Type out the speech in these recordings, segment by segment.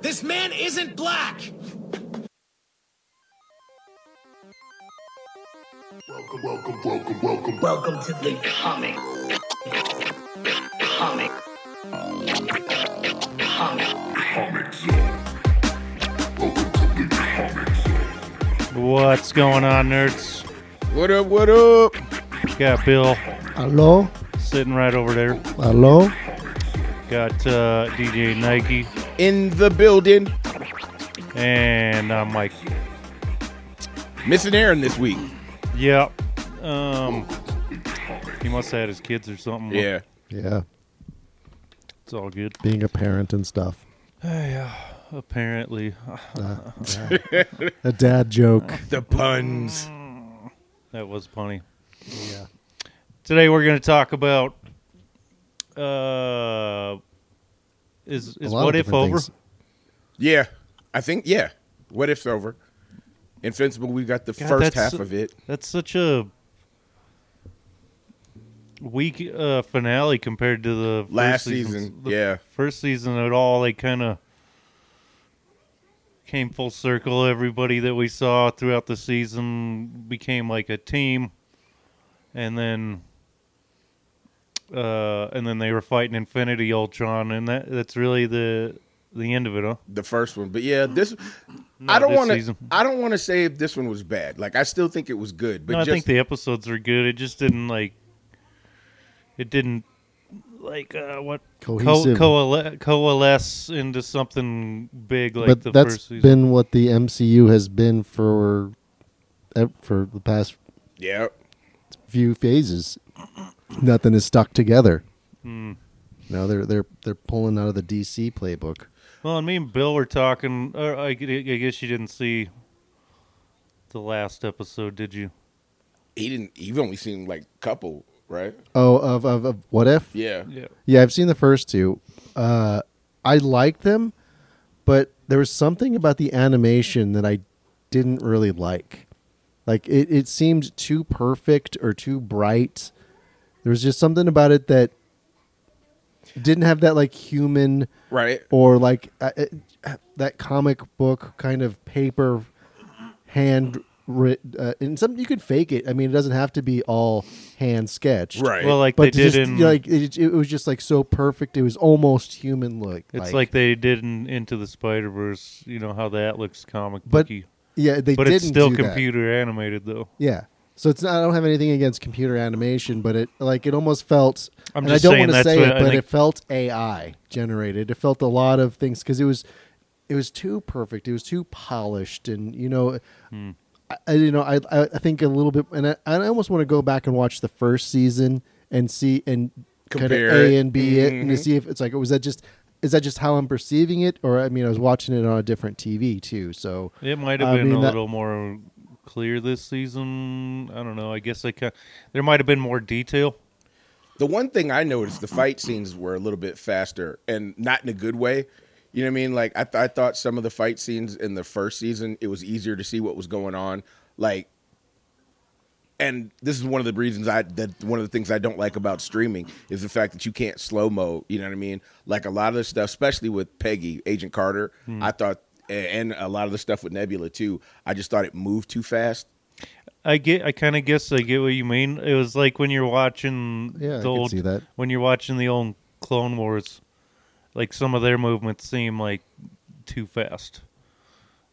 This man isn't black! Welcome, welcome, welcome, welcome. Welcome to the comic. Comic. Comic. Comic Zone. Welcome to the Comic Zone. What's going on, nerds? What up? What up? Got Bill Hello, sitting right over there. hello. Got uh, DJ Nike, In the building. and I'm Mike. Missing Aaron this week. Yep. Um, he must have had his kids or something. Yeah. Yeah, It's all good. being a parent and stuff. Apparently, A dad joke. The puns. that was funny. Yeah. Today we're going to talk about uh, is A is lot of what if different over? things. Yeah. I think, yeah. What if's over? Invincible, we got the God, first that's- half of it. That's such a weak uh, finale compared to the first Last season's- season, the yeah. first season at all. They kind of came full circle. Everybody that we saw throughout the season became like a team, and then. Uh, and then they were fighting Infinity Ultron, and that that's really the the end of it, huh? The first one. But yeah, this. I don't this want to. season. I don't want to say if this one was bad. Like I still think it was good, but no, just I think the episodes were good. It just didn't like. It didn't like uh, what co- Cohesive. coale- coalesce into something big like the but that's first season. been what the MCU has been for ev- for the past yeah, few phases. Nothing is stuck together. Hmm. Now they're they're they're pulling out of the DC playbook. Well, and me and Bill were talking. Or I, gu- I guess you didn't see the last episode, did you? he didn't. You've only seen like couple, right? Oh, of of, of what if? Yeah. Yeah, I've seen the first two. Uh, I liked them, but there was something about the animation that I didn't really like. Like it, it seemed too perfect or too bright. There was just something about it that didn't have that like human Right. or like uh, uh, that comic book kind of paper hand. writ- Uh, and some you could fake it. I mean, it doesn't have to be all hand sketched Right. Well, like but they did just, in. like it, it was just like so perfect. It was almost human look. it's like, they did in Into the Spider Verse. You know how that looks comic But booky, yeah, they but didn't it's still do that. computer animated though. Yeah, so it's not. I don't have anything against computer animation, but it like it almost felt. I'm and just I saying don't want to that's say what it, I but think- it felt AI generated. It felt a lot of things because it was, it was too perfect. It was too polished, and you know. Hmm. I, I- you know, I I I think a little bit, and I, I almost want to go back and watch the first season and see and kind of Compare A it. Mm-hmm. and B it, and to see if it's like, was that just is that just how I'm perceiving it, or I mean, I was watching it on a different TV too, so It might have I been mean, a that- little more clear this season. I don't know. I guess I ca there might have been more detail. The one thing I noticed, the fight scenes were a little bit faster and not in a good way. You know what I mean? Like I, th- I thought some of the fight scenes in the first season, it was easier to see what was going on. Like, and this is one of the reasons I that one of the things I don't like about streaming is the fact that you can't slow mo. You know what I mean? Like a lot of the stuff, especially with Peggy, Agent Carter, I thought, and a lot of the stuff with Nebula too. I just thought it moved too fast. I get. I kind of guess I get what you mean. It was like when you're watching Yeah, I the can old see that. when you're watching the old Clone Wars. Like some of their movements seem like too fast.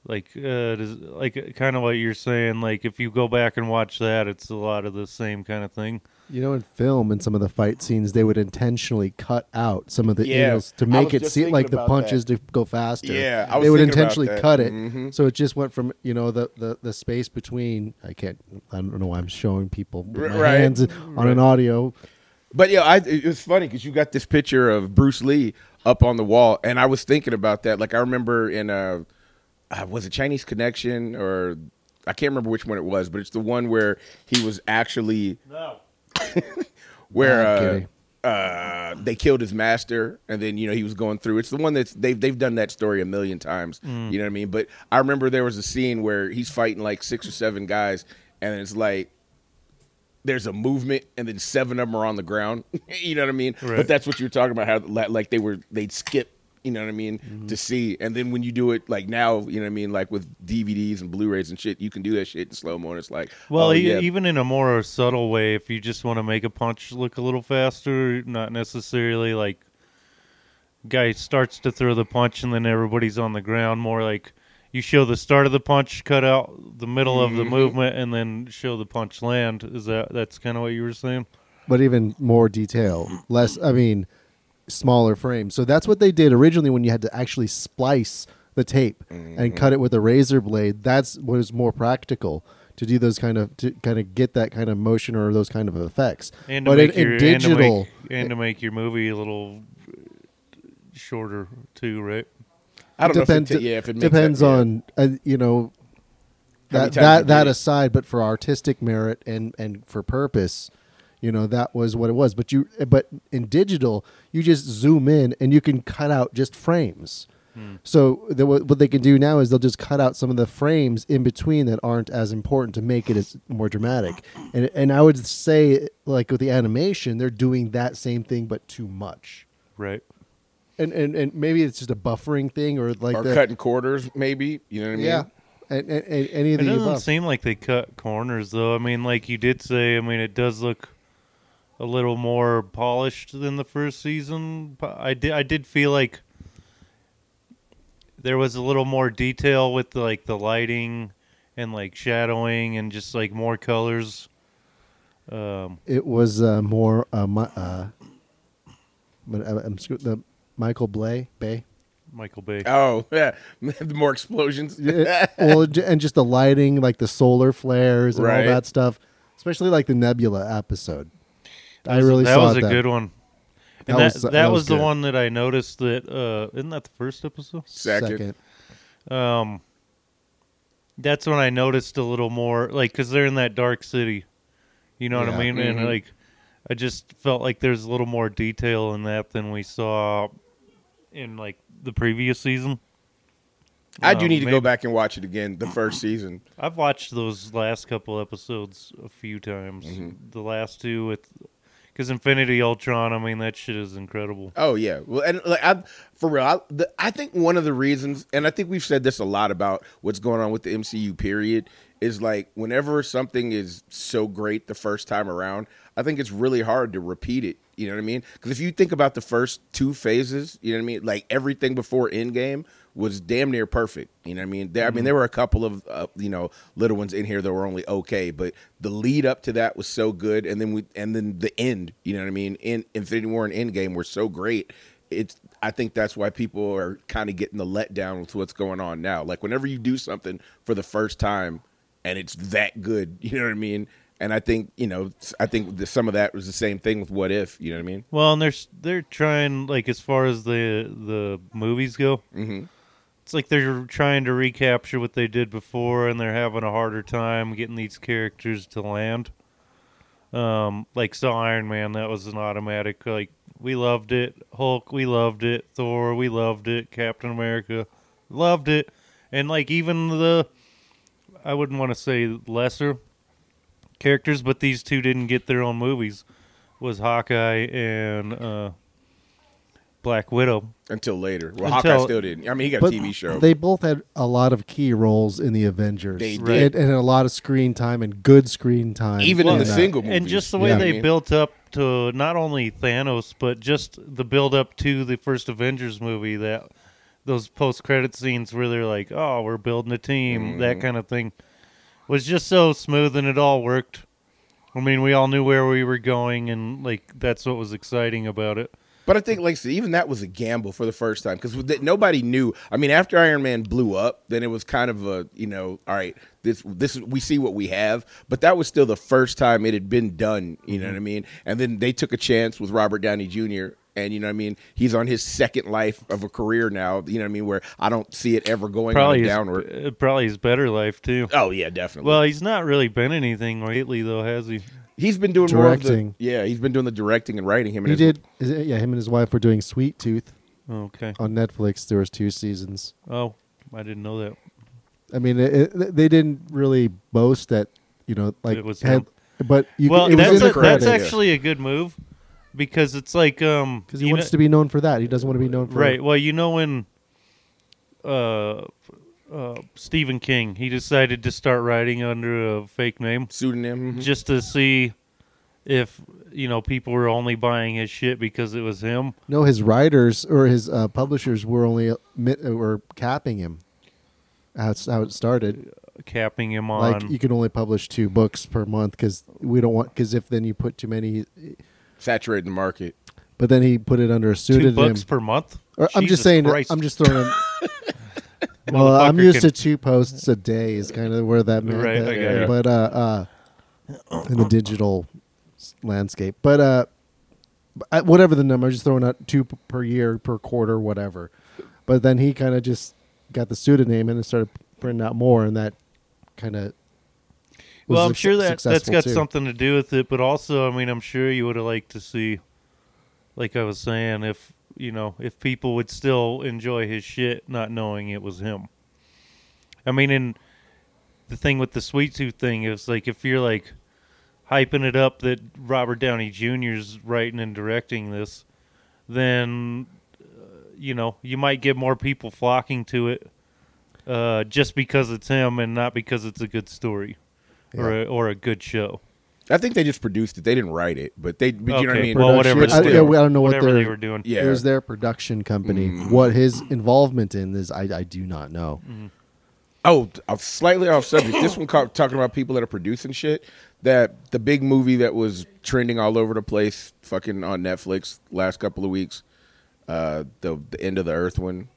Like uh, does, like kind of what you're saying. Like if you go back and watch that, it's a lot of the same kind of thing. You know, in film, in some of the fight scenes, they would intentionally cut out some of the Yeah, angles to I make was it just seem thinking like the about punches to go faster. Yeah, I was they would thinking about intentionally that. cut it, Mhm. so it just went from you know the, the the space between. I can't. I don't know why I'm showing people with R- my right. hands on an audio. But yeah, I, it was funny because you got this picture of Bruce Lee up on the wall, and I was thinking about that. Like I remember in uh, uh, was it Chinese Connection or I can't remember which one it was, but it's the one where he was actually No. where I'm uh, Ah, kidding. uh, they killed his master, and then you know he was going through. It's the one that's they've they've done that story a million times. Mm. You know what I mean? But I remember there was a scene where he's fighting like six or seven guys, and it's like there's a movement, and then seven of them are on the ground. you know what I mean? Right. But that's what you were talking about. How li- like they were they'd skip you know what I mean, Mm-hmm. to see. And then when you do it like now, you know what I mean, like with DVDs and Blu-rays and shit, you can do that shit in slow mo. And it's like, Well, oh, e- yeah, even in a more subtle way, if you just want to make a punch look a little faster, not necessarily like guy starts to throw the punch and then everybody's on the ground. More like you show the start of the punch, cut out the middle of Mm-hmm. the movement, and then show the punch land. Is that that's kind of what you were saying? but even more detail, less. I mean, smaller frames. So that's what they did originally when you had to actually splice the tape and cut it with a razor blade. That's what is more practical to do those kind of to kind of get that kind of motion or those kind of effects. And to but in, make in your and to make- digital, eh and to, make, your movie a little uh, shorter too, right? I don't depends. know. If it, ta- yeah, if it makes depends that, yeah. on uh, you know How many that times you that, did that it. aside, but for artistic merit and and for purpose, you know that was what it was. But you eh, but in digital, you just zoom in and you can cut out just frames. Hmm. So the, what what they can do now is they'll just cut out some of the frames in between that aren't as important to make it as more dramatic. And and I would say like with the animation, they're doing that same thing but too much. Right. And, and, and maybe it's just a buffering thing or like or the, cutting quarters, maybe. You know what I mean? yeah. And, and, and any of It the doesn't above. seem like they cut corners, though. I mean, like you did say, I mean, it does look a little more polished than the first season. But I did, I did feel like there was a little more detail with like the lighting and like shadowing and just like more colors. Um, it was uh, more uh, my, uh, but I, I'm screw- the Michael Blay Bay. Michael Bay. Oh, yeah. the more explosions. It- well, j- and just the lighting, like the solar flares and Right. all that stuff, especially like the Nebula episode. I really that saw was a that. good one. That And that, was- that, that was was, the good. one that I noticed that uh, isn't that the first episode? Second. um that's when i noticed a little more like because they're in that dark city you know what Yeah. i mean and like i just felt like there's a little more detail in that than we saw in like the previous season I do Um, need to go maybe- back and watch it again, the first season. i've watched those last couple episodes a few times the last two with because infinity ultron i mean that shit is incredible Oh yeah, well, and like I, for real, I, the, I think one of the reasons, and I think we've said this a lot about what's going on with the MCU period, is like whenever something is so great the first time around, I think it's really hard to repeat it. You know what I mean? Because if you think about the first two phases, you know what I mean. Like everything before Endgame was damn near perfect. You know what I mean? There, I mean, there were a couple of uh, you know little ones in here that were only okay, but the lead up to that was so good, and then we and then the end. You know what I mean? In Infinity War and Endgame were so great. It's I think that's why people are kind of getting the letdown with what's going on now. Like whenever you do something for the first time and it's that good, you know what I mean? And I think you know, I think the, some of that was the same thing with What If. You know what I mean? Well, and they're s- they're trying like as far as the the movies go, mm-hmm. it's like they're trying to recapture what they did before, and they're having a harder time getting these characters to land. Um, like saw Iron Man, that was an automatic. Like we loved it. Hulk, we loved it. Thor, we loved it. Captain America, loved it. And like even the, I wouldn't want to say lesser characters, but these two didn't get their own movies was Hawkeye and uh, Black Widow. Until later, well, Until- Hawkeye still didn't. I mean, he got But a TV show. they both had a lot of key roles in the Avengers. They And- did. and, a lot of screen time and good screen time. even in in the that. single movies. And just the way you know what they I mean? built up to not only Thanos, but just the build up to the first Avengers movie that those post credit scenes where they're like, "Oh, we're building a team," Mm-hmm. that kind of thing, was just so smooth and it all worked. I mean, we all knew where we were going, and like that's what was exciting about it. But I think, like, I said, even that was a gamble for the first time because nobody knew. I mean, after Iron Man blew up, then it was kind of a you know, all right, this this we see what we have. But that was still the first time it had been done. You know what I mean? And then they took a chance with Robert Downey Jr. And you know what I mean? He's on his second life of a career now. You know what I mean? Where I don't see it ever going on Probably a his, downward. uh, probably his better life too. Oh yeah, definitely. Well, he's not really been anything lately, though, has he? he's been doing more of the- Directing. yeah, he's been doing the directing and writing. Him and He his- did. Is it, yeah, him and his wife were doing Sweet Tooth Okay. on Netflix. There was two seasons. Oh, I didn't know that. I mean, it, it, they didn't really boast that you know, like It was had- him. but you, well, it was that's in a, the that's credits. actually a good move because it's like um because he you wants know- to be known for that. He doesn't want to be known for Right. Well, you know when uh, uh, Stephen King he decided to start writing under a fake name Pseudonym. Mm-hmm. mhm. just to see if you know people were only buying his shit because it was him. No, his writers or his uh, publishers were only uh, mi- were capping him. How it's how it started. capping him on. Like you can only publish two books per month because we don't want because if then you put too many, Saturating the market. but then he put it under a two pseudonym. bucks per month. Or, I'm Jesus just saying. Christ. I'm just throwing. in- well, I'm Motherfucker used can- to two posts a day is kind of where that meant. Right, that, I got you. But uh, uh, in the digital s- landscape, but uh, but, uh, whatever the number, I'm just throwing out two p- per year, per quarter, whatever. But then he kind of just got the pseudonym and started printing out more, and that kind of. well. I'm sure that that's got something to do with it, but also, I mean, I'm sure you would have liked to see, like I was saying, if you know, if people would still enjoy his shit, not knowing it was him. I mean, and the thing with the sweet tooth thing is like if you're like hyping it up that Robert Downey Jr. is writing and directing this, then uh, you know you might get more people flocking to it uh, just because it's him and not because it's a good story or a, or a good show. I think they just produced it. They didn't write it, but they. But You know what I Okay, mean? well, whatever But it's I, still, yeah, we- I don't know what Whatever their, they were doing, Yeah. Mm-hmm. It was their production company. What his involvement in is, I, I do not know. Mm-hmm. Oh, I'm slightly off subject. This one caught, talking about people that are producing shit. That the big movie that was trending all over the place, fucking on Netflix last couple of weeks. Uh, the the end of the earth one.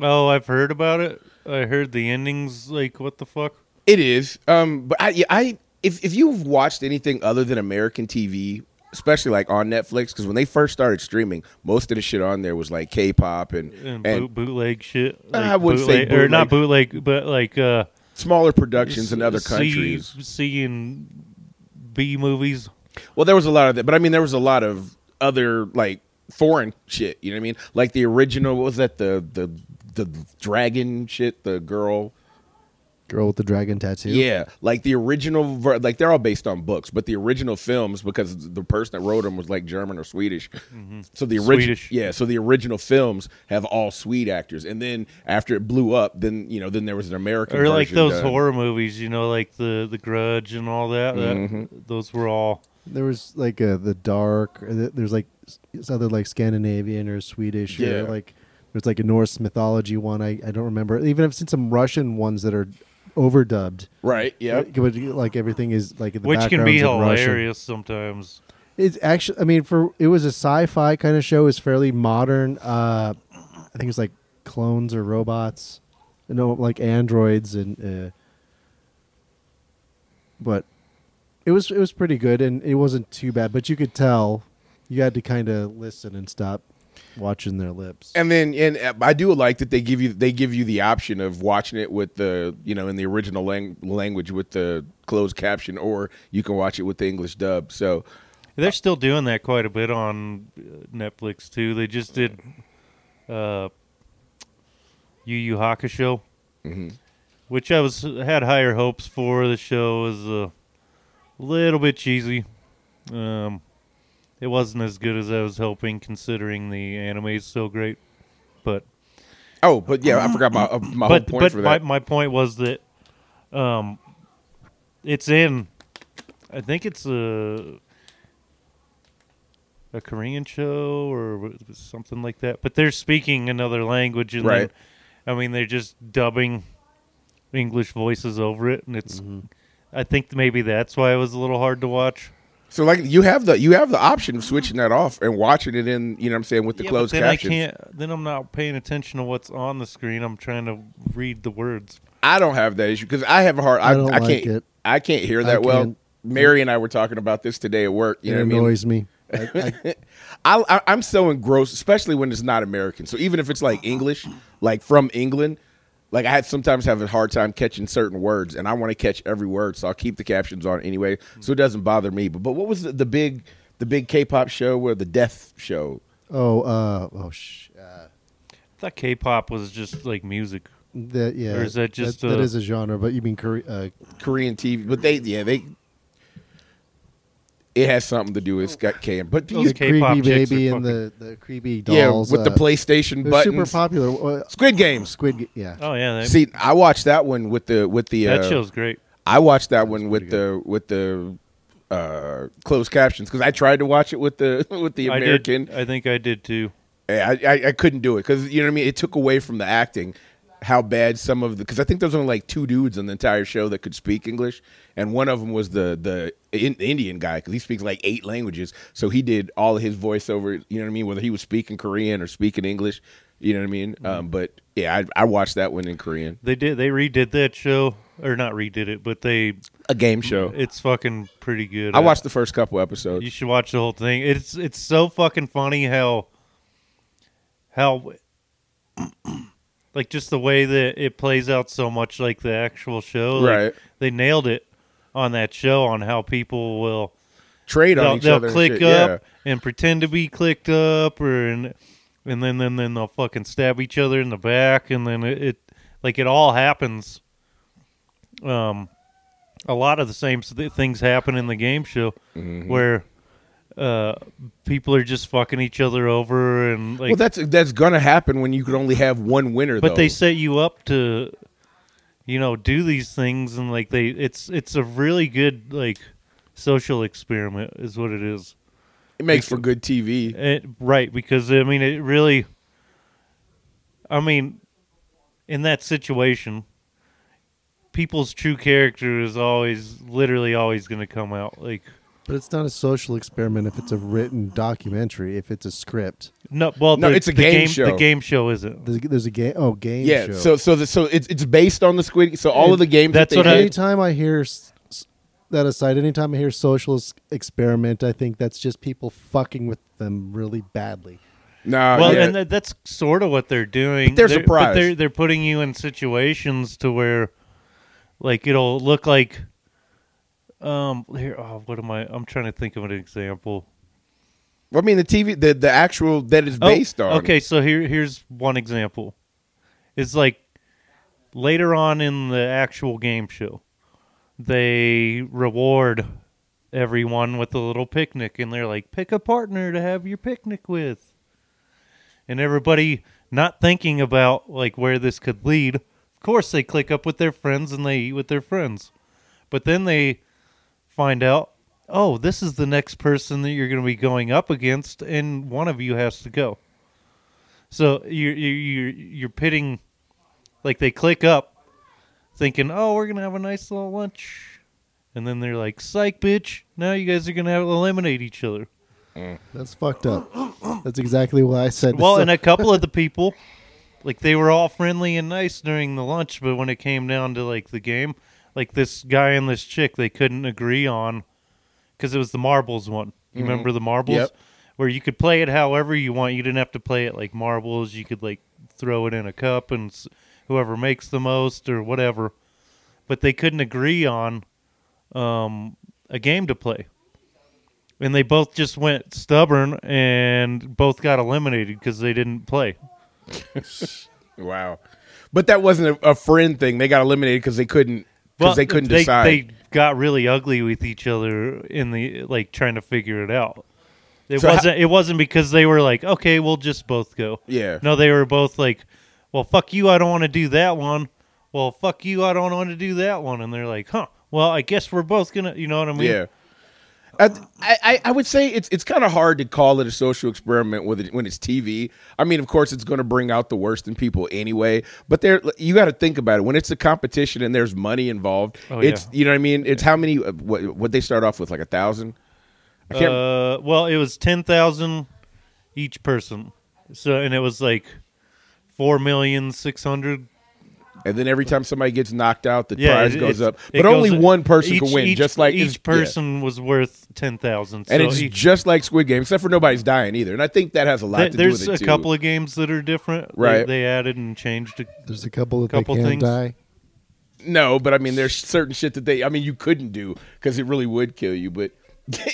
Oh, I've heard about it. I heard the endings. Like, what the fuck? It is. Um, but I, yeah, I, if if you've watched anything other than American TV, especially like on Netflix, because when they first started streaming, most of the shit on there was like K-pop and And, and, boot, bootleg shit. I like wouldn't say bootleg- or not bootleg, but like uh, smaller productions in other C- countries. C and B movies. Well, there was a lot of that, but I mean, there was a lot of other like foreign shit. You know what I mean? Like the original, what was that? The the the dragon shit. The girl. Girl with the dragon tattoo. Yeah, like the original, ver- like they're all based on books, but the original films because the person that wrote them was like German or Swedish. So the original, Mm-hmm. Swedish. yeah, so the original films have all Swede actors, and then after it blew up, then you know, then there was an American or like version those done. horror movies, you know, like the the Grudge and all that. that- Mm-hmm. those were all There was like uh the dark. Or th there's like s- it's other like Scandinavian or Swedish Yeah. or like there's like a Norse mythology one. I, I don't remember. Even I've seen some Russian ones that are overdubbed. right? Yeah, Like, but, like everything is like in the which can be background's in Russian. hilarious sometimes. It's actually, I mean, for it was a sci-fi kind of show. It's fairly modern. Uh, I think it's like clones or robots, no, like androids and. Uh, but it was it was pretty good, and it wasn't too bad. But you could tell you had to kind of listen and stop watching their lips. And then, and uh, I do like that they give you they give you the option of watching it with the you know in the original lang- language with the closed caption, or you can watch it with the English dub. So They're still doing that quite a bit on uh, Netflix too. They just did uh, Yu Yu Hakusho, which I was had higher hopes for. The show was a little bit cheesy. Um, it wasn't as good as I was hoping, considering the anime is so great. But oh, but yeah, I forgot my uh, my whole but point but for my, that. my point was that um, it's in. I think it's a a Korean show or something like that. But they're speaking another language, and Right. then, I mean they're just dubbing English voices over it, and it's. Mm-hmm. I think maybe that's why it was a little hard to watch. so like you have the you have the option of switching that off and watching it in you know what I'm saying with the Yeah, but closed then captions. I can't. Then I'm not paying attention to what's on the screen. I'm trying to read the words. I don't have that issue because I have a hard. I, I don't I can't. like it. I can't hear that well. can't. Mary and I were talking about this today at work. You it know what I mean? annoys me. I, I, I, I, I'm so engrossed, especially when it's not American. So even if it's like Uh-huh. English, like from England, like I had sometimes have a hard time catching certain words, and I want to catch every word, so I'll keep the captions on anyway, Mm-hmm. so it doesn't bother me. But but what was the, the big the big K-pop show where the death show? oh, uh, oh, sh- uh, I thought K-pop was just like music. that yeah. Or is that just that a- is a genre? But you mean Korea? Uh, Korean TV, but they yeah they. It has something to do with Scott K. But do Those you, the creepy K-pop chicks baby are and the, the creepy dolls. yeah, with the uh, PlayStation they're buttons, super popular. Uh, Squid Games. Squid, Ga- yeah. Oh yeah, that, See, I watched that one with the with the that uh, show's great. I watched that one with the with the uh closed captions because I tried to watch it with the with the I American. did. I think I did too. I I, I couldn't do it because you know what I mean. It took away from the acting how bad some of the because I think there's only like two dudes on the entire show that could speak English, and one of them was the the in, Indian guy because he speaks like eight languages, so he did all of his voiceover. You know what I mean? Whether he was speaking Korean or speaking English, you know what I mean. Mm-hmm. Um, but yeah, I, I watched that one in Korean, They did. They redid that show, or not redid it, but they. a game show. It's fucking pretty good. Oh. I watched the first couple episodes. You should watch the whole thing. It's it's so fucking funny how how like just the way that it plays out so much like the actual show. Like, Right. They nailed it on that show on how people will Trade on they'll, each they'll other. and click shit, up yeah. and pretend to be clicked up or and and then then then they'll fucking stab each other in the back and then it, it like it all happens um a lot of the same s- things happen in the game show Mm-hmm. where uh people are just fucking each other over and like well, that's that's gonna happen when you could only have one winner. but though. they set you up to you know do these things and like they it's it's a really good like social experiment is what it is it makes for good TV. It, right, because I mean, it really. I mean, in that situation, people's true character is always, literally, always going to come out. Like, But it's not a social experiment if it's a written documentary, if it's a script. no, well, No, the, it's a the game game show. The game show isn't. There's a, there's a game. Oh, game Yeah, show. so so the, so it's it's based on the Squid. So all of the games that's that what they I- did- anytime I hear s- s- that aside, anytime I hear social s- experiment, I think that's just people fucking with them really badly. Nah, well, yeah. and that, that's sort of what they're doing. But they're they're surprised. they're they're putting you in situations to where, like, it'll look like. Um. Here. Oh, what am I? I'm trying to think of an example. I mean the TV the the actual that is Oh, based on. Okay, so here here's one example. It's like later on in the actual game show, they reward everyone with a little picnic, and they're like, pick a partner to have your picnic with, and everybody not thinking about like where this could lead. Of course, they click up with their friends and they eat with their friends, but then they find out, oh, this is the next person that you're going to be going up against, and one of you has to go. So you're you're you're pitting, like they click up, thinking, oh, we're gonna have a nice little lunch, and then they're like, psych, bitch! Now you guys are gonna have to eliminate each other. That's fucked up. That's exactly why I said. Well, so- and a couple of the people, like they were all friendly and nice during the lunch, but when it came down to like the game, like this guy and this chick, they couldn't agree on because it was the marbles one. You remember the marbles, Yep. where you could play it however you want. You didn't have to play it like marbles. You could like throw it in a cup and s- whoever makes the most or whatever. But they couldn't agree on um, a game to play and they both just went stubborn and both got eliminated because they didn't play. Wow. But that wasn't a, a friend thing. They got eliminated because they couldn't because they couldn't decide. They got really ugly with each other in the like trying to figure it out. It So how- wasn't. it wasn't because they were like, okay, we'll just both go. Yeah. No, they were both like, well, fuck you, I don't want to do that one. Well, fuck you, I don't want to do that one. And they're like, huh. Well, I guess we're both gonna. You know what I mean? yeah. I, I, I would say it's it's kind of hard to call it a social experiment with it, when it's TV. I mean, of course, it's going to bring out the worst in people anyway. But there, you got to think about it when it's a competition and there's money involved. Oh, it's yeah. you know what I mean. It's how many? uh, What what they start off with like a thousand? I can't. Uh, well, it was ten thousand each person. So, and it was like four million six hundred. and then every time somebody gets knocked out, the Yeah, prize it- goes up. it's- it But only goes- one person each- can win. each- just like it's- each yeah. person was worth ten thousand. And it's just like Squid Game, except for nobody's dying either. And I think that has a lot to do there's with it. a too. couple of games that are different. They- Right. They, added and changed. there's a couple that couple they can things. die. No, but I mean, there's certain shit that they. I mean, you couldn't do because it really would kill you. But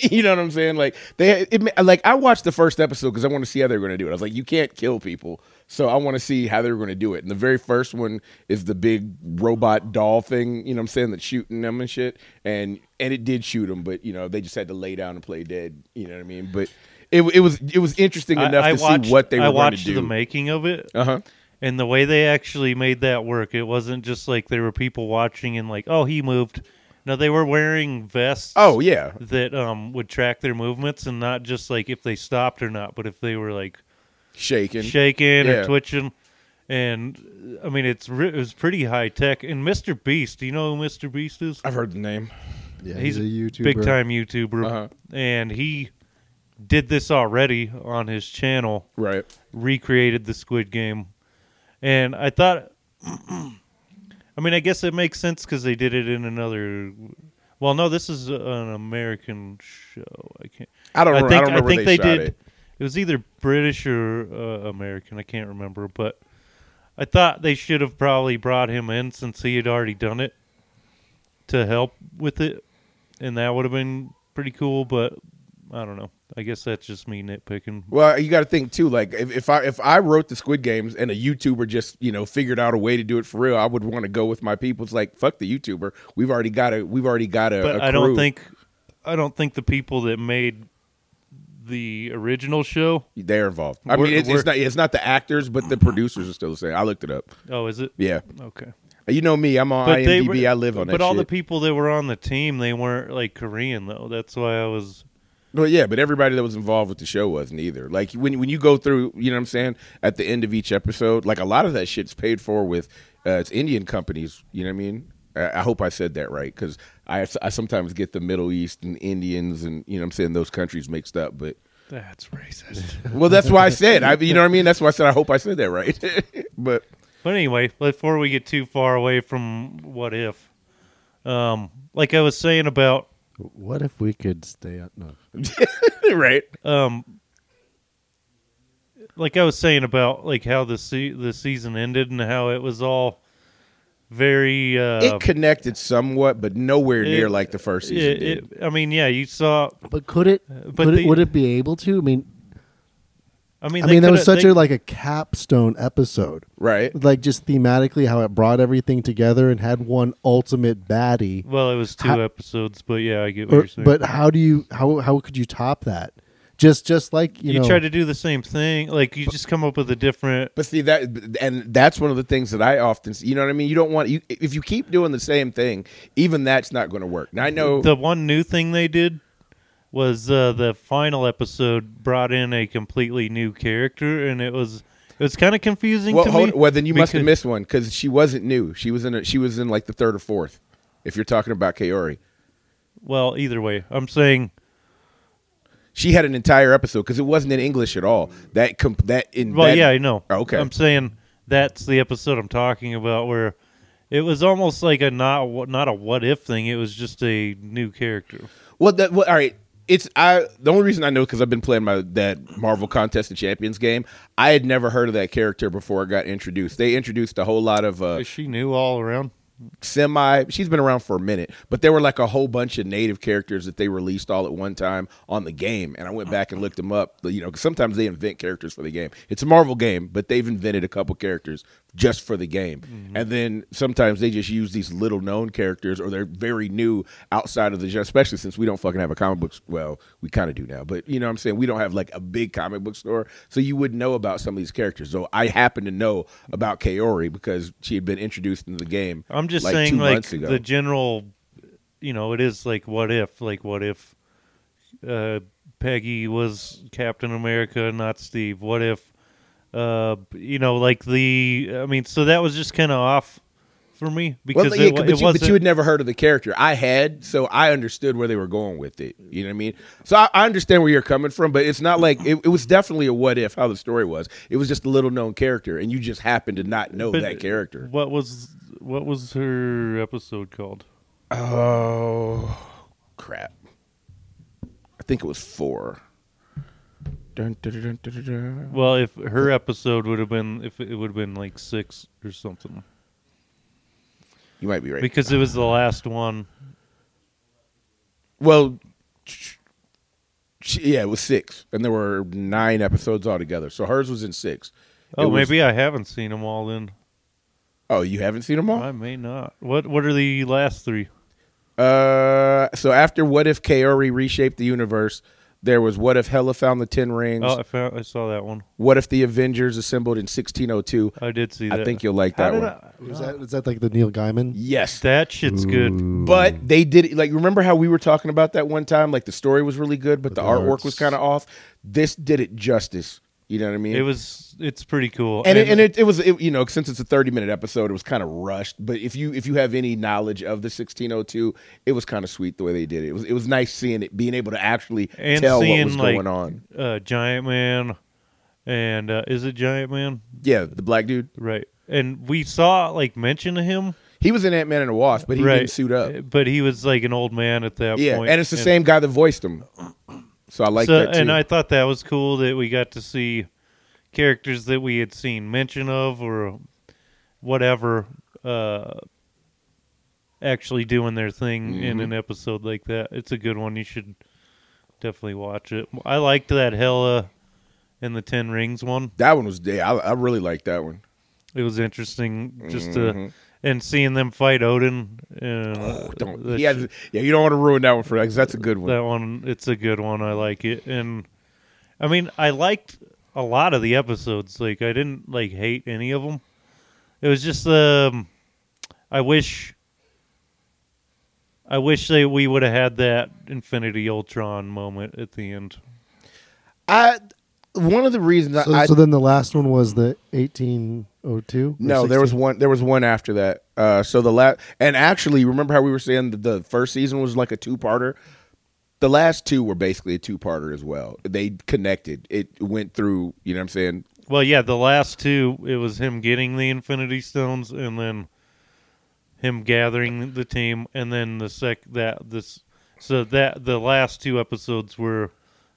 you know what I'm saying? Like they, it, ma- like I watched the first episode because I want to see how they're going to do it. I was like, you can't kill people, so I want to see how they're going to do it. And the very first one is the big robot doll thing. You know what I'm saying? That's shooting them and shit. And and it did shoot them, but you know they just had to lay down and play dead. You know what I mean? But it, it was it was interesting enough to see what they I were going to watched do. the making of it, uh huh. and the way they actually made that work, it wasn't just like there were people watching and like, oh, he moved. No, they were wearing vests. Oh yeah, that um would track their movements and not just like if they stopped or not, but if they were like shaking. shaking Yeah. or twitching. And I mean, it's re- it was pretty high tech. And Mr. Beast, do you know who Mr. Beast is? I've heard the name. Yeah, he's, a YouTuber. big time YouTuber, Uh-huh. and he did this already on his channel. Right. Recreated the Squid Game, and I thought, I mean, I guess it makes sense because they did it in another. Well, no, this is an American show. I can't. I don't. I Remember, think I don't remember think where they, shot did. It. was either British or uh, American. I can't remember, but I thought they should have probably brought him in since he had already done it to help with it, and that would have been pretty cool. But I don't know. I guess that's just me nitpicking. Well, you got to think too. Like if, if I if I wrote the Squid Games and a YouTuber just you know figured out a way to do it for real, I would want to go with my people. It's like fuck the YouTuber. We've already got a we've already got a. But a I don't crew. think I don't think the people that made the original show. they're involved. I We're- mean, it's, we're- Mm-hmm. it's not it's not the actors, but the producers are still the same. I looked it up. Oh, is it? Yeah, Okay. you know me. I'm on they IMDb. were- I live on But that. all the shit. people that were on the team, they weren't like Korean though. That's why I was. Well, yeah, but everybody that was involved with the show wasn't either. Like when when you go through, you know what I'm saying, at the end of each episode, like a lot of that shit's paid for with uh, it's Indian companies. You know what I mean? I, I hope I said that right because I I sometimes get the Middle East and Indians and you know what I'm saying those countries mixed up. But That's racist. well, that's why I said I you know what I mean. That's why I said I hope I said that right. but But anyway, before we get too far away from what if, um, like I was saying about What if we could stay up? No. right, um, like I was saying about like how the se- the season ended and how it was all very uh, it connected somewhat, but nowhere near it- like the first season. it- did. it- I mean, yeah, you saw. But could it? Uh, but could the- it would it be able to? I mean, I mean, I they mean, that was coulda- such they- a like a capstone episode, right. like just thematically how it brought everything together and had one ultimate baddie. Well, it was two How- episodes, but yeah, I get what Or, you're saying. but how do you how how could you top that? Just just like you, you, know, try to do the same thing, like you just come up with a different. But see that, and that's one of the things that I often, see, you know what I mean. You don't want you if you keep doing the same thing, even that's not going to work. Now I know, the one new thing they did was uh, the final episode brought in a completely new character, and it was it was kind of confusing well, to hold, me. well, then you must have because- missed one because she wasn't new. She was in, a, she was in like the third or fourth. If you're talking about Kaori, Well, either way, I'm saying she had an entire episode because it wasn't in English at all. That comp, that in Well, that- yeah, I know. Oh, okay. I'm saying that's the episode I'm talking about where it was almost like a not wha- not a what if thing. It was just a new character. Well, that well, all right. It's I. The only reason I know because I've been playing my that Marvel Contest of Champions game. I had never heard of that character before it got introduced. They introduced a whole lot of uh, Is she new all around? semi she's been around for a minute but there were like a whole bunch of native characters that they released all at one time on the game and i went back and looked them up you know 'cause sometimes they invent characters for the game it's a marvel game but they've invented a couple characters just for the game and then sometimes they just use these little known characters or they're very new outside of the genre especially since we don't fucking have a comic book well we kind of do now but you know what i'm saying we don't have like a big comic book store so you would know about some of these characters so i happen to know about kaori because she had been introduced into the game I'm just like, saying, two like months ago. the general, you know, it is like what if, like what if uh, Peggy was Captain America, not Steve? What if, uh, you know, like the? I mean, so that was just kind of off for me well, because yeah, it, wa- but, it you, wasn't. but you had never heard of the character. I had, so I understood where they were going with it. You know what I mean? So I, I understand where you're coming from, but it's not like it, it was definitely a what if how the story was. It was just a little known character, and you just happened to not know But that character. What was what was her episode called? Oh crap! I think it was four. Dun, dun, dun, dun, dun, dun, dun. Well, if her episode would have been, if it would have been like six or something, You might be right. because it was the last one. well, she, yeah, it was six, and there were nine episodes altogether. So hers was in six. It Oh, was- maybe I haven't seen them all. Then Oh, you haven't seen them all? I may not. What What are the last three? Uh, so after What If Kaori reshaped the universe, there was What If Hela found the Ten Rings? Oh, I found. I saw that one. what If the Avengers assembled in 1602? I did see that. I think you'll like that How did one. I- Was that, was that like the Neil Gaiman? Yes. that shit's good. but they did it like remember how we were talking about that one time like the story was really good but the, the artwork arts. was kind of off this did it justice you know what i mean It was. It's pretty cool. and it, and it, it was it, you know since it's a 30 minute episode it was kind of rushed but if you if you have any knowledge of the 1602 it was kind of sweet the way they did it it was, it was nice seeing it being able to actually and tell seeing what was like going on Uh, Giant Man, and uh, is it Giant Man? yeah the black dude Right. And we saw like mention of him. he was in ant-man and the wasp but he right. didn't suit up But he was like an old man at that yeah point. and it's the same guy that voiced him so i like so, that too and I thought that was cool that we got to see characters that we had seen mention of or whatever uh, actually doing their thing in Mm-hmm. an episode like that. It's a good one. You should definitely watch it. I liked that Hella and the Ten Rings one. that one was yeah i, I really liked that one It was interesting just Mm-hmm. to and seeing them fight Odin. uh, And Oh, don't, that he has, shit- yeah, you don't want to ruin that one for because that's a good one. That one, it's a good one. I like it, and I mean, I liked a lot of the episodes. Like, I didn't like hate any of them. It was just, um, I wish, I wish they we would have had that Infinity Ultron moment at the end. I one of the reasons So, I so then the last one was the 1802? no, there was one there was one after that. Uh, so the last and actually remember how we were saying that the first season was like a two parter. The last two were basically a two parter as well. They connected. It went through. You know what I'm saying? Well, yeah, the last two, it was him getting the Infinity Stones, and then him gathering the team, and then the sec that this so that the last two episodes were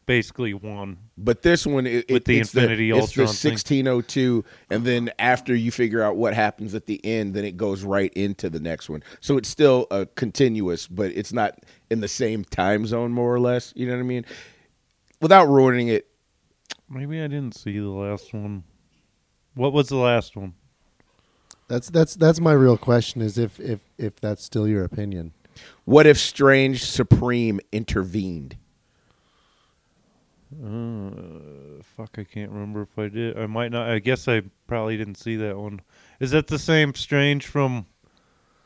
basically one. But this one it, it- With the it's Infinity it's the Ultron thing. 1602, and then after you figure out what happens at the end, then it goes right into the next one. So it's still uh, continuous, but it's not in the same time zone, more or less. You know what I mean? Without ruining it, Maybe I didn't see the last one. What was the last one? That's that's that's my real question is if if if that's still your opinion. What if Strange Supreme intervened? Uh, Fuck, I can't remember if I did. I might not. I guess I probably didn't see that one. Is that the same Strange from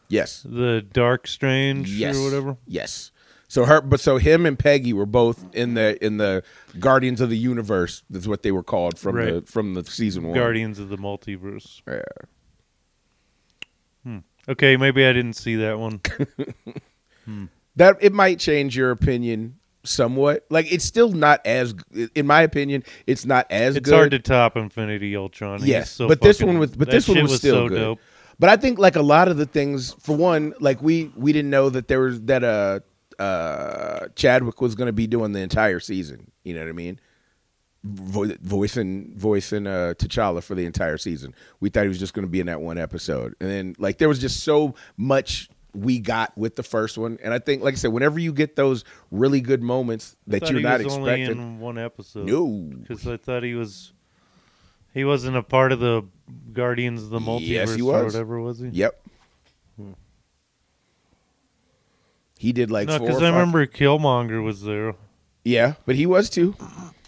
Yes. the Dark Strange Yes. or whatever? Yes. So her, but so him and Peggy were both in the in the Guardians of the Universe. That's what they were called from Right. the from the season one. Guardians of the Multiverse. Hmm. Yeah. Okay, maybe I didn't see that one. That it might change your opinion somewhat. Like it's still not as, in my opinion, it's not as it's good. hard to top Infinity Ultron. He's Yes, so but this fucking- one was but that this one shit was, still so good. dope. But I think like a lot of the things, for one, like we we didn't know that there was that uh uh Chadwick was going to be doing the entire season. You know what I mean? Vo- voicing voicing uh T'Challa for the entire season. We thought he was just going to be in that one episode, and then like there was just so much we got with the first one, and I think like I said, whenever you get those really good moments I that thought you're he not was expecting, Only in one episode. no, because I thought he was he wasn't a part of the Guardians of the Multiverse Yes, he or was. whatever was he? Yep. He did like no, four. or because I five- remember Killmonger was there. Yeah, but he was too.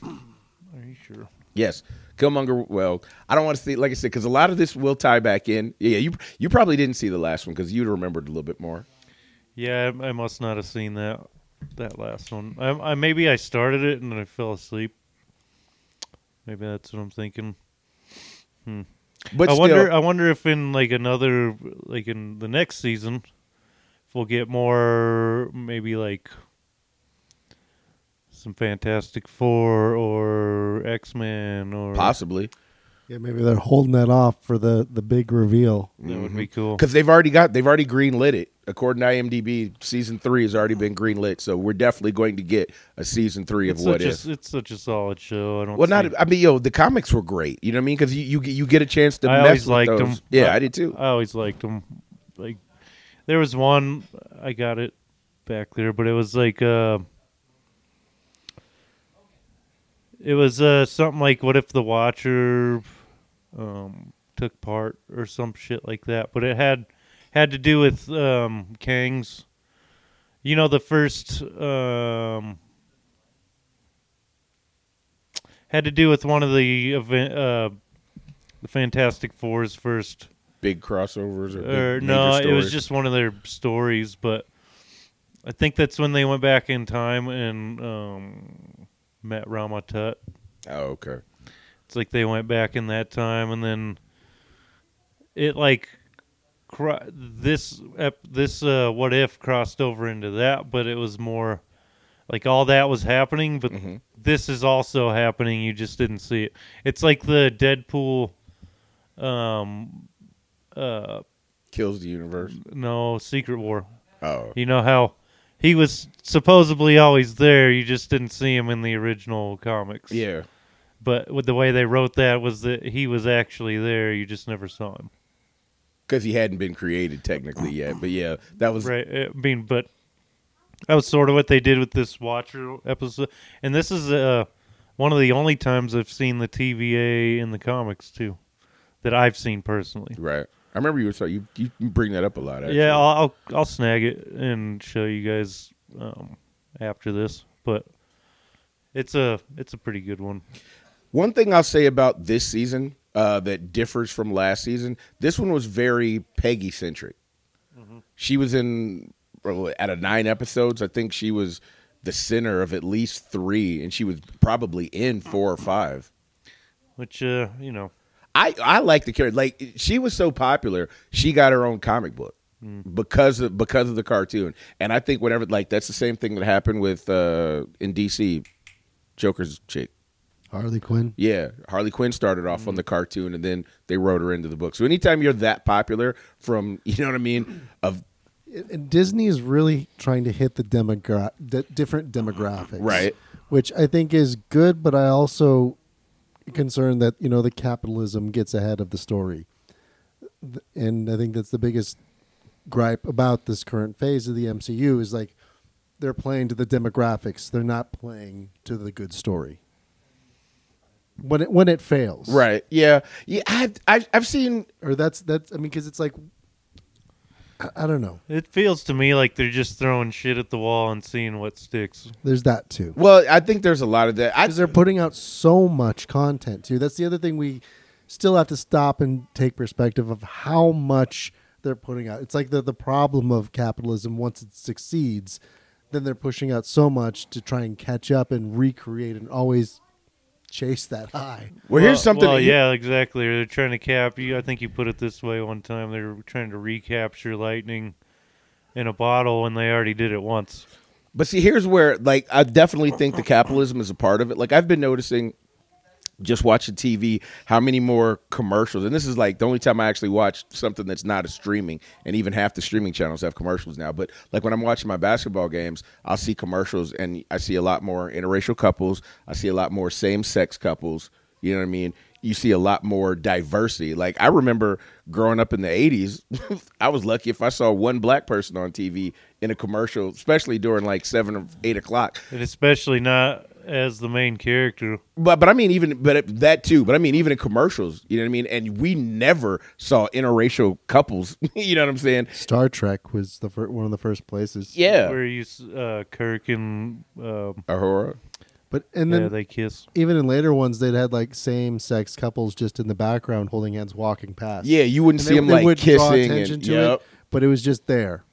Are you sure? Yes, Killmonger. Well, I don't want to see. Like I said, because a lot of this will tie back in. Yeah, you you probably didn't see the last one because you'd remembered a little bit more. Yeah, I, I must not have seen that that last one. I, I maybe I started it and then I fell asleep. Maybe that's what I'm thinking. But I still, wonder. uh, I wonder if in like another, like in the next season, if we'll get more, maybe like some Fantastic Four or X Men or possibly Yeah, maybe they're holding that off for the the big reveal. That would be cool. because they've already got they've already greenlit it. According to IMDb, season three has already been greenlit, so we're definitely going to get a season three of It's what such if. a, it's such a solid show. I don't. Well, not. think- I mean, yo, the comics were great. You know what I mean? Because you, you get- you get a chance to. I mess always with liked those. them. Yeah, I, did too. I always liked them. Like there was one I got it back there, but it was like uh It was uh, something like, "What if the Watcher um, took part or some shit like that?" But it had had to do with um, Kang's. You know, the first um, had to do with one of the event, uh, the Fantastic Four's first Big crossovers or, big or major Uh, no, it was stories. just one of their stories. But I think that's when they went back in time and um, met Ramatut. Oh, okay. It's like they went back in that time, and then it like cro- this ep- this uh, what if crossed over into that, but it was more like all that was happening, but Mm-hmm. this is also happening. You just didn't see it. It's like the Deadpool. Um, uh, Kills the universe. no, Secret War. Oh, You know how he was supposedly always there, you just didn't see him in the original comics. yeah. But with the way they wrote that was that he was actually there, you just never saw him. Because he hadn't been created technically yet, but yeah, that was Right. I mean, but that was sort of what they did with this Watcher episode. And this is uh, one of the only times I've seen the TVA in the comics, too, that I've seen personally. right. I remember you were sorry. You you bring that up a lot. Actually. Yeah, I'll, I'll I'll snag it and show you guys um, after this, but it's a it's a pretty good one. One thing I'll say about this season uh, that differs from last season, this one was very Peggy centric. Mm-hmm. She was in well, out of nine episodes. I think she was the center of at least three, and she was probably in four or five. Which uh, you know, I I like the character. Like she was so popular, she got her own comic book because of because of the cartoon. And I think whenever like that's the same thing that happened with uh, in DC, Joker's chick. Harley Quinn. Yeah, Harley Quinn started off on the cartoon, and then they wrote her into the book. So anytime you're that popular, from you know what I mean, of And Disney is really trying to hit the demogra- the different demographics, Right. Which I think is good, but I also concerned that you know the capitalism gets ahead of the story, Th- and I think that's the biggest gripe about this current phase of the MCU is like they're playing to the demographics, they're not playing to the good story. When it when it fails, right, yeah, yeah. I've I've, I've seen Or that's that's I mean because it's like I, I don't know. it feels to me like they're just throwing shit at the wall and seeing what sticks. There's that too. well. I think there's a lot of that. I, because they're putting out so much content too. That's the other thing we still have to stop and take perspective of how much they're putting out. It's like the the problem of capitalism once it succeeds, then they're pushing out so much to try and catch up and recreate and always chase that high. well, here's something. Well, that- yeah, exactly. They're trying to cap you. I think you put it this way one time. They're trying to recapture lightning in a bottle, and they already did it once. But see, here's where like I definitely think the capitalism is a part of it. Like I've been noticing just watching TV how many more commercials and this is like the only time I actually watch something that's not a streaming and even half the streaming channels have commercials now but like when I'm watching my basketball games I'll see commercials and I see a lot more interracial couples I see a lot more same sex couples you know what I mean you see a lot more diversity like I remember growing up in the 80s I was lucky if I saw one black person on TV in a commercial especially during like 7 or 8 o'clock And especially not as the main character. but but I mean even but it, that too. But I mean even in commercials, you know what I mean. And we never saw interracial couples. you know what I'm saying? Star Trek was the fir- one of the first places. Yeah. Where you, s- uh, Kirk and um, Aurora. But and yeah, then they kiss. even in later ones they'd had like same sex couples just in the background holding hands walking past. Yeah, you wouldn't And see they- them they like wouldn't draw kissing attention and to yep. it, but it was just there.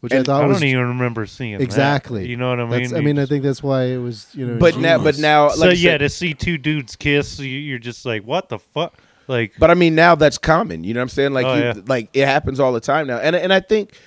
Which I And thought I was don't even remember seeing that. exactly. You know what I mean? That's- I You mean, I just- think that's why it was. You know, But now, but genius. now, Oh, like so I yeah, said- to see two dudes kiss, you- you're just like, what the fuck? Like, But I mean, now that's common. You know what I'm saying? Like, Oh, you, yeah. like it happens all the time now. And and I think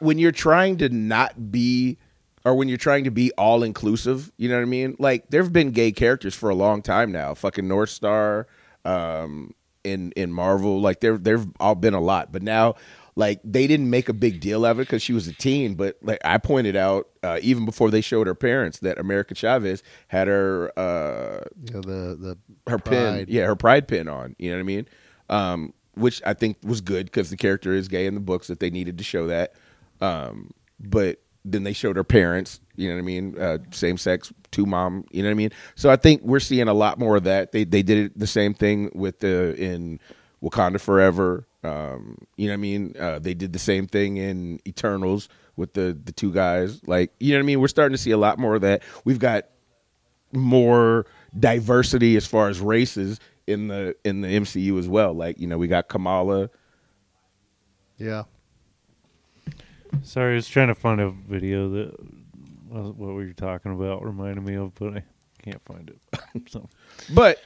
when you're trying to not be, or when you're trying to be all inclusive, you know what I mean? Like, there have been gay characters for a long time now. Fucking North Star, um, in in Marvel, like there there've all been a lot. But now. Like they didn't make a big deal of it because she was a teen, but like I pointed out, uh, even before they showed her parents that America Chavez had her uh, You know, the the her pin, pride. yeah, her pride pin on. You know what I mean? Um, which I think was good because the character is gay in the books that they needed to show that. Um, but then they showed her parents. You know what I mean? Uh, same sex, two mom. You know what I mean? So I think we're seeing a lot more of that. They they did it, the same thing with the in Wakanda Forever. Um, you know what I mean? Uh, they did the same thing in Eternals with the the two guys. Like you know what I mean? We're starting to see a lot more of that. We've got more diversity as far as races in the in the MCU as well. Like you know, we got Kamala. Yeah. Sorry, I was trying to find a video that was what we were talking about reminded me of, but I can't find it. so, But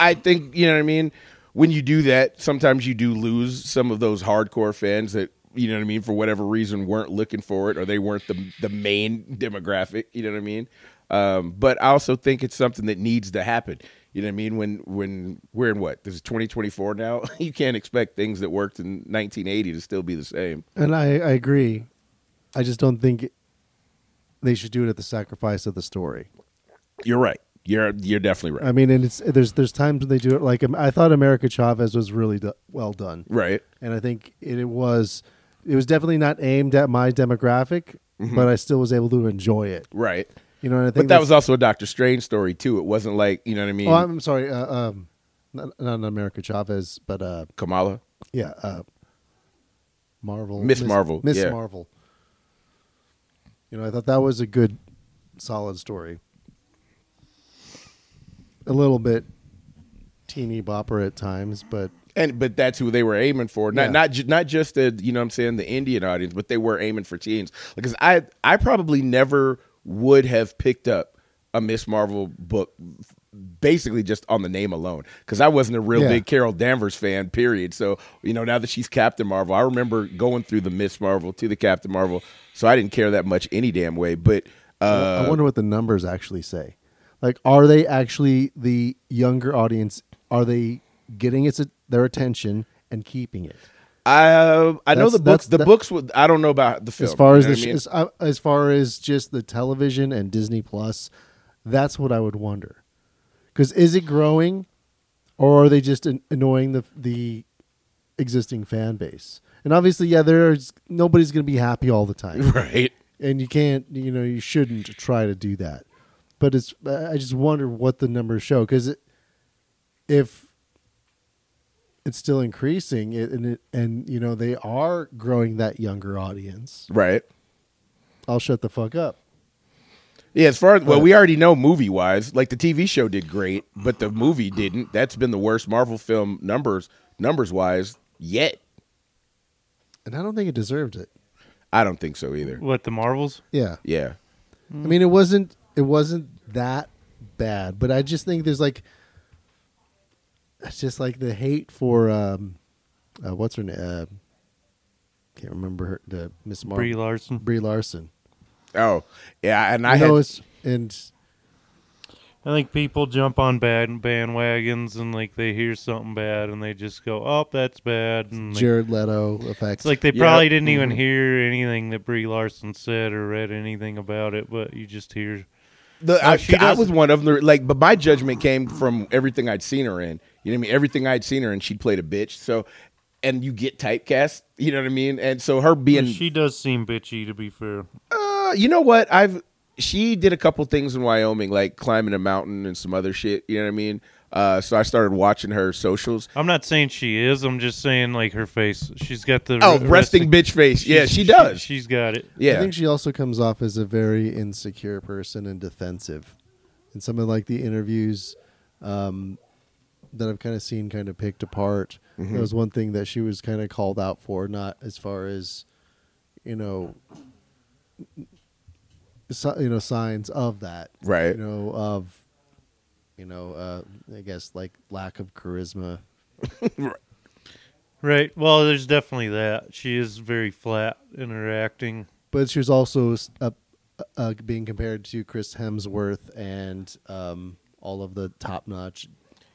I think you know what I mean. When you do that, sometimes you do lose some of those hardcore fans that you know what I mean for whatever reason weren't looking for it or they weren't the the main demographic. You know what I mean. Um, but I also think it's something that needs to happen. You know what I mean? When when we're in what this is 2024 now, you can't expect things that worked in 1980 to still be the same. And I, I agree. I just don't think they should do it at the sacrifice of the story. You're right. You're you're definitely right. I mean, and it's there's there's times when they do it like um, I thought America Chavez was really do- well done, right. and I think it, it was it was definitely not aimed at my demographic, but I still was able to enjoy it. Right. You know, Mm-hmm. and I think But that that's- was also a Doctor Strange story too. It wasn't like you know what I mean. Oh, I'm sorry. Uh, um, not, not America Chavez, but uh, Kamala. yeah, uh, Marvel, Miss Marvel, Miss yeah. Marvel. You know, I thought that was a good, solid story. A little bit teeny bopper at times, but And but that's who they were aiming for. Not Yeah. not ju- not just the you know what I'm saying the Indian audience, but they were aiming for teens. Because I I probably never would have picked up a Miss Marvel book basically just on the name alone because I wasn't a real Yeah. big Carol Danvers fan period. So, you know, now that she's Captain Marvel, I remember going through the Miss Marvel to the Captain Marvel. So I didn't care that much any damn way, but uh I wonder what the numbers actually say. Like, are they actually the younger audience? Are they getting its their attention and keeping it? I uh, I know That's- the that's- books. The that- books. Would, I don't know about the film. as far you as know the what sh- I mean? as, uh, as far as just the television and Disney Plus, that's what I would wonder. Because is it growing, or are they just an- annoying the the existing fan base? And obviously, yeah, there's nobody's going to be happy all the time, right. and you can't, you know, you shouldn't try to do that. But it's I I just wonder what the numbers show because if it's still increasing it, and it, and you know they are growing that younger audience Right. I'll shut the fuck up. Yeah. As far as well, But- we already know movie wise, like the TV show did great, but the movie didn't. That's been the worst Marvel film numbers numbers wise yet. And I don't think it deserved it. I don't think so either. what the Marvels? Yeah. Yeah. I mean it wasn't it wasn't that bad, but I just think there's like it's just like the hate for um uh, what's her name? Uh, can't remember her the Miss Marvel Brie Larson. Brie Larson. Oh, yeah. And I I know had it's and I think people jump on bad bandwagons and like they hear something bad and they just go, "Oh, that's bad." And like, Jared Leto effect. it's like they Yeah. Mm-hmm. probably didn't even hear anything that Brie Larson said or read anything about it, but you just hear. the, I, she I does- was one of them. Like, but my judgment came from everything I'd seen her in. You know what I mean? Everything I'd seen her in, she played a bitch. So, and you get typecast. You know what I mean? And so her being she does seem bitchy, to be fair. Uh, you know what? I've she did a couple things in Wyoming, like climbing a mountain and some other shit. You know what I mean? Uh, so I started watching her socials. I'm not saying she is. I'm just saying like her face. She's got the Oh, re- resting bitch face. Yeah, she does. She, has got it. I yeah, think she also comes off as a very insecure person and defensive. And some of like the interviews um, that I've kind of seen kind of picked apart. Mm-hmm. That was one thing that she was kind of called out for, not as far as you know, si- you know signs of that, Right. You know of you know uh, I guess like lack of charisma. Right. Well, there's definitely that. She is very flat in her acting. but she was also uh, uh, being compared to Chris Hemsworth and um, all of the top-notch,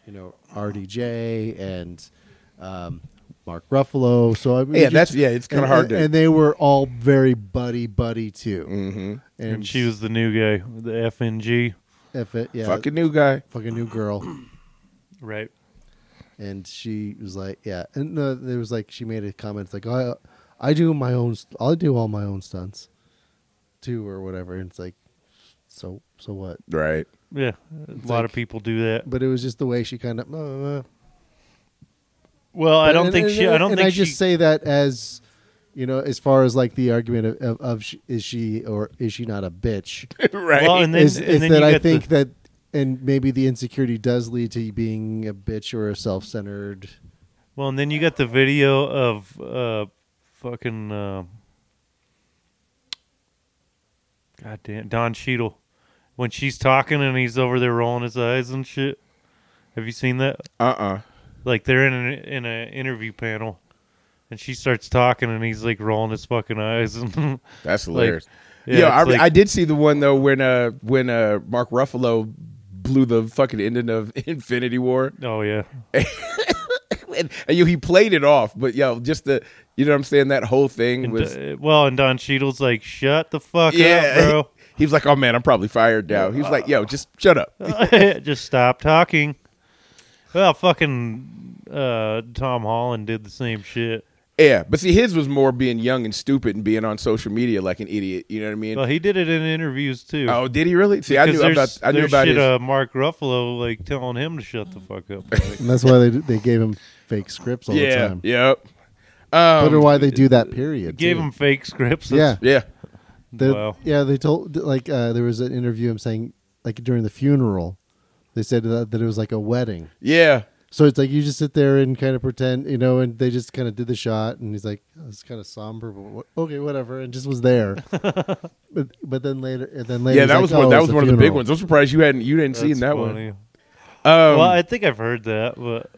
you know, RDJ and um, Mark Ruffalo. So I mean, yeah. just- That's yeah. It's kind of and- hard and, to. and they were all very buddy buddy too. Mm-hmm. And, she was the new guy, the FNG. if it, yeah, Fucking new guy. fucking new girl. Right. and she was like, "Yeah," uh, and no, there was like she made a comment like, "I, I do my own, st- I do all my own stunts," two or whatever. And it's like, so so what? Right. Yeah, a lot like- of people do that. But it was just the way she kind of. Uh, uh. Well, I don't And- think and- she. I don't and think I just she. say that as, you know, as far as like the argument of, of, of sh- is she or is she not a bitch? right. Well, and then, is, and is then that you I get the- think that, and maybe the insecurity does lead to being a bitch or a self-centered. Well, and then you got the video of uh, fucking uh, goddamn Don Cheadle when she's talking and he's over there rolling his eyes and shit. Have you seen that? uh-uh. Like they're in an in an interview panel, and she starts talking and he's like rolling his fucking eyes and That's Like, hilarious. yeah, yeah, I, it's like- I did see the one though when uh when uh Mark Ruffalo blew the fucking ending of Infinity War. oh yeah, And, and, you, he played it off, but yo, just the you know what I'm saying that whole thing and, was uh, well, and Don Cheadle's like, shut the fuck yeah. up, He was like, "Oh man, I'm probably fired now." He was like, "Yo, just shut up." bro. Just stop talking. Well, fucking uh, Tom Holland did the same shit. Yeah, but see, his was more being young and stupid and being on social media like an idiot. You know what I mean? Well, he did it in interviews too. oh, did he really? See, I 'Cause knew about there's- I knew there's about shit, his. uh, Mark Ruffalo like telling him to shut the fuck up. Like, And that's why they they gave him fake scripts all the yeah, time. yep, Um, Wonder why they do that. Period. gave too. him fake scripts. Yeah. That's- yeah. They- Wow. Yeah, they told like uh, there was an interview him saying like during the funeral, they said that, that it was like a wedding. Yeah. So it's like you just sit there and kind of pretend, you know, and they just kind of did the shot, and he's like, oh, "It's kind of somber, but what, okay, whatever," and just was there. but but then later, and then later, Yeah, he's that like, was "Oh, one, it that was was a one of the big funeral." ones. I'm surprised you hadn't you didn't seen that's that one. funny. Um, well, I think I've heard that, but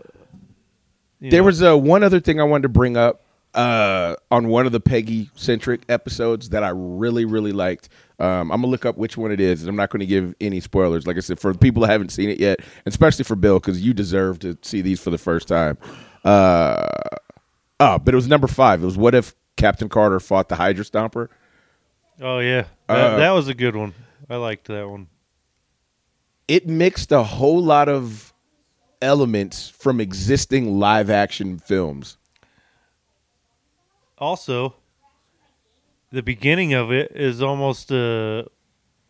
you there know, was uh, one other thing I wanted to bring up uh, on one of the Peggy centric episodes that I really really liked. Um, I'm gonna look up which one it is, and I'm not going to give any spoilers. Like I said, for the people that haven't seen it yet, especially for Bill, because you deserve to see these for the first time. Uh, oh, but it was number five. It was what if Captain Carter fought the Hydra Stomper? Oh yeah, that, Uh, that was a good one. I liked that one. it mixed a whole lot of elements from existing live action films. Also, the beginning of it is almost uh,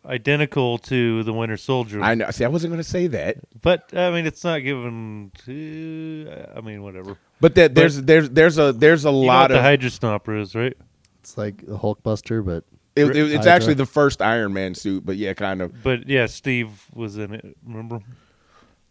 identical to the Winter Soldier. I know. See, I wasn't going to say that, But I mean, it's not given to. I mean, whatever. but that there's there's there's a there's a You know what lot the of Hydra Stomper is, right? It's like the Hulkbuster, but it, it- it's Hydra. actually the first Iron Man suit, but yeah, kind of. But yeah, Steve was in it. Remember?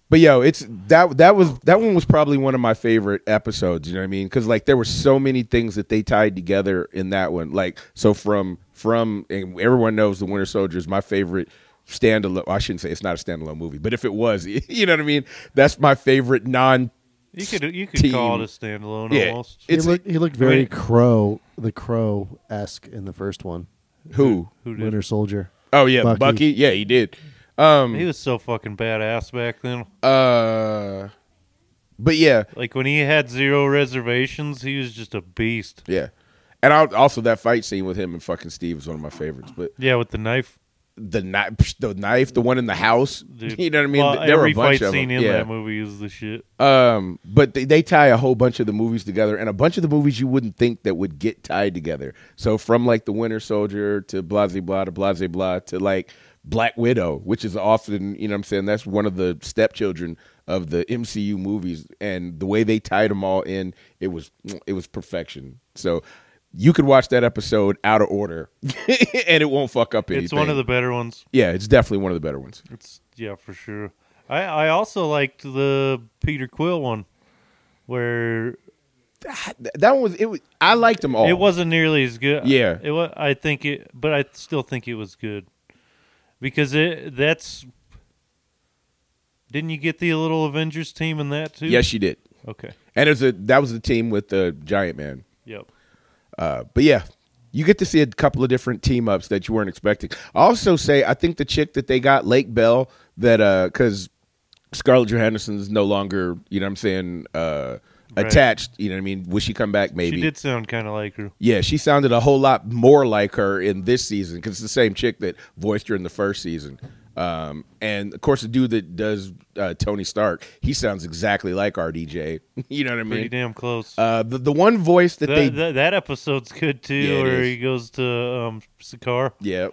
But yo, it's that that was that one was probably one of my favorite episodes. You know what I mean? Because like there were so many things that they tied together in that one. Like so from from and everyone knows the Winter Soldier is my favorite standalone. I shouldn't say it's not a standalone movie, but if it was, you know what I mean? That's my favorite non You could you could call it a standalone Yeah. almost. he It's looked, he looked very Wait. crow, the crow esque in the first one, who Who did? Winter Soldier. Oh yeah, Bucky. Bucky. Yeah, he did. um, He was so fucking badass back then. Uh, but yeah, Like when he had zero reservations, he was just a beast. yeah, and I, also that fight scene with him and fucking Steve is one of my favorites. But Yeah, with the knife. the knife, the knife, the one in the house. Dude. You know what I mean? Well, there were every a bunch fight of scene them. in yeah. that movie is the shit. Um, but they, they tie a whole bunch of the movies together, and a bunch of the movies you wouldn't think that would get tied together. So from like the Winter Soldier to blah blah blah to blah blah blah to like Black Widow, which is often you know what I'm saying that's one of the stepchildren of the MCU movies, and the way they tied them all in, it was it was perfection. So you could watch that episode out of order, and it won't fuck up anything. It's one of the better ones. yeah, it's definitely one of the better ones. It's yeah, for sure. I I also liked the Peter Quill one, where Th- That one was it. Was, I liked them all. It wasn't nearly as good. Oh. Yeah. it was. I think it, but I still think it was good because it. That's. Didn't you get the little Avengers team in that too? Yes, you did. Okay. And it was a that was the team with the Giant Man. Yep. Uh, but yeah, you get to see a couple of different team ups that you weren't expecting. I also say I think the chick that they got Lake Bell that uh because Scarlett Johansson is no longer you know what I'm saying uh Right. attached. You know what I mean? Will she come back? Maybe. She did sound kind of like her. Yeah, she sounded a whole lot more like her in this season because it's the same chick that voiced her in the first season. Um, and of course, the dude that does uh, Tony Stark, he sounds exactly like RDJ. you know what I Pretty mean? damn close. Uh, the, the one voice that that, they that, that episode's good too, Yeah, it where is. he goes to um, Sakaar. yeah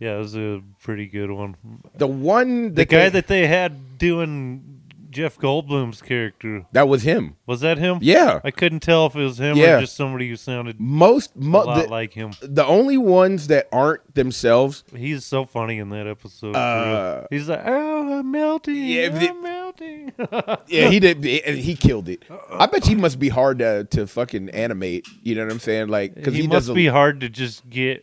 Yeah, it was a pretty good one. the one The that guy they- that they had doing Jeff Goldblum's character that was him. was that him? Yeah, I couldn't tell if it was him Yeah. or just somebody who sounded most a mo- lot the, like him. the only ones that aren't themselves He's so funny in that episode. for Uh, real. He's like, "Oh, I'm melting. Yeah, I'm the- melting." Yeah, he did, and he killed it. I bet he must be hard to, to fucking animate. You know what I'm saying? Like, because he, he, does must a- be hard to just get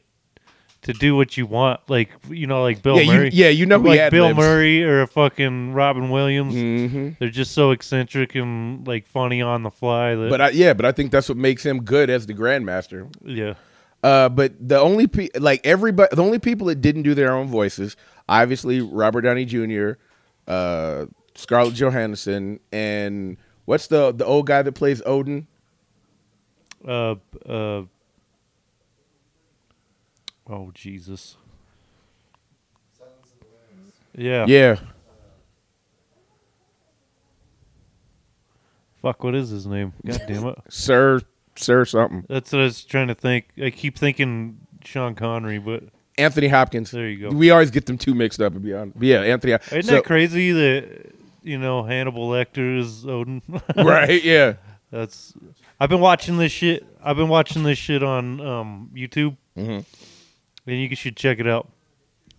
to do what you want, like you know, like Bill Yeah, you- Murray. yeah, you know he like Bill ad-libs. Murray or a fucking Robin Williams. Mhm. They're just so eccentric and like funny on the fly. That But I, yeah, but I think that's what makes him good as the grandmaster. yeah, Uh, but the only pe- like everybody, the only people that didn't do their own voices, obviously Robert Downey Jr., uh, Scarlett Johansson, and what's the the old guy that plays Odin? uh, uh, oh Jesus, yeah, Yeah, Fuck, what is his name? God damn it. Sir Sir something. That's what I was trying to think. I keep thinking Sean Connery, but Anthony Hopkins. There you go. We always get them two mixed up. To be honest, But yeah, Anthony. isn't so- that crazy that you know Hannibal Lecter is Odin? Right? Yeah. That's. I've been watching this shit. I've been watching this shit on um, YouTube, Mhm. and you should check it out.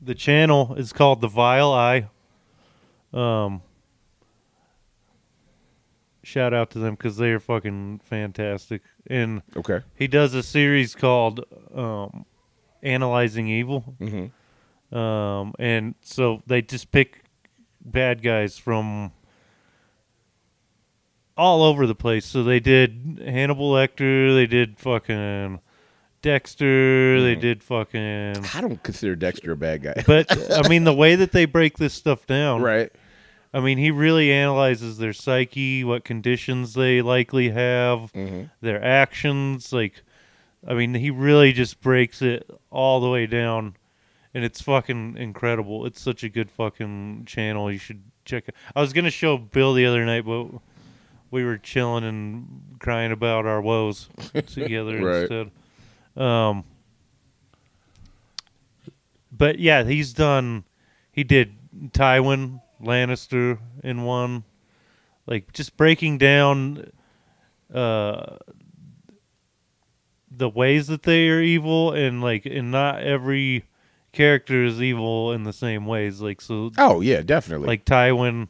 The channel is called The Vile Eye. Um, shout out to them because they are fucking fantastic. And Okay. he does a series called um, analyzing evil Mhm. um, and so they just pick bad guys from all over the place so they did hannibal lecter they did fucking dexter they did fucking I don't consider Dexter a bad guy. but i mean the way that they break this stuff down right. I mean, he really analyzes their psyche, what conditions they likely have, their actions. Like, I mean, he really just breaks it all the way down, and it's fucking incredible. It's such a good fucking channel. You should check it. I was gonna show Bill the other night, but we were chilling and crying about our woes together Right. instead. Um, but yeah, he's done. He did Tywin Lannister in one, like just breaking down uh, the ways that they are evil, and like, and not every character is evil in the same ways. Like, so Oh yeah, definitely. like Tywin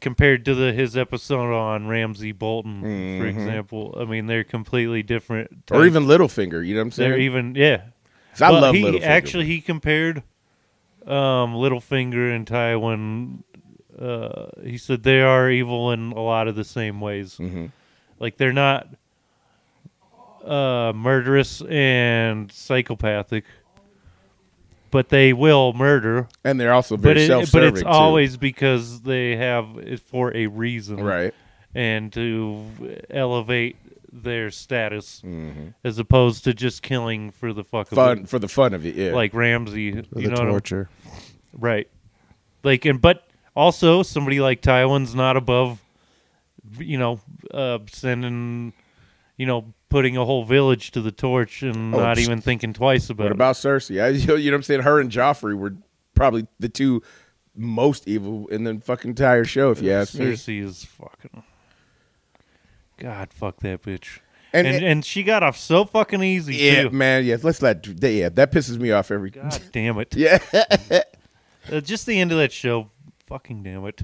compared to the his episode on Ramsey Bolton, for example. I mean, they're completely different. Mm-hmm. or types. even Littlefinger. You know what I'm they're saying? even yeah. 'Cause I Well, love he, Littlefinger. Actually, he compared um, Littlefinger and Tywin. Uh, he said they are evil in a lot of the same ways. Mhm. Like they're not uh, murderous and psychopathic, but they will murder. and they're also But, very it, but self-serving. it's too. always because they have it for a reason, right. And to elevate their status, as opposed to just killing for the fuck of it Mm-hmm. Fun for the fun of it. Yeah. like Ramsey, For you the know, what I'm- torture. right? Like, and but also somebody like Tywin's not above, you know, uh, sending, you know, putting a whole village to the torch and Oh, not psst. even thinking twice about what it. about Cersei? I, you know what I'm saying? Her and Joffrey were probably the two most evil in the fucking entire show. If you ask me. Cersei is fucking. God, fuck that bitch. And- And and, she got off so fucking easy Yeah, too. man. Yeah, let's let. That, yeah, that pisses me off every. God damn it. Yeah. Uh, just the end of that show. Fucking damn it.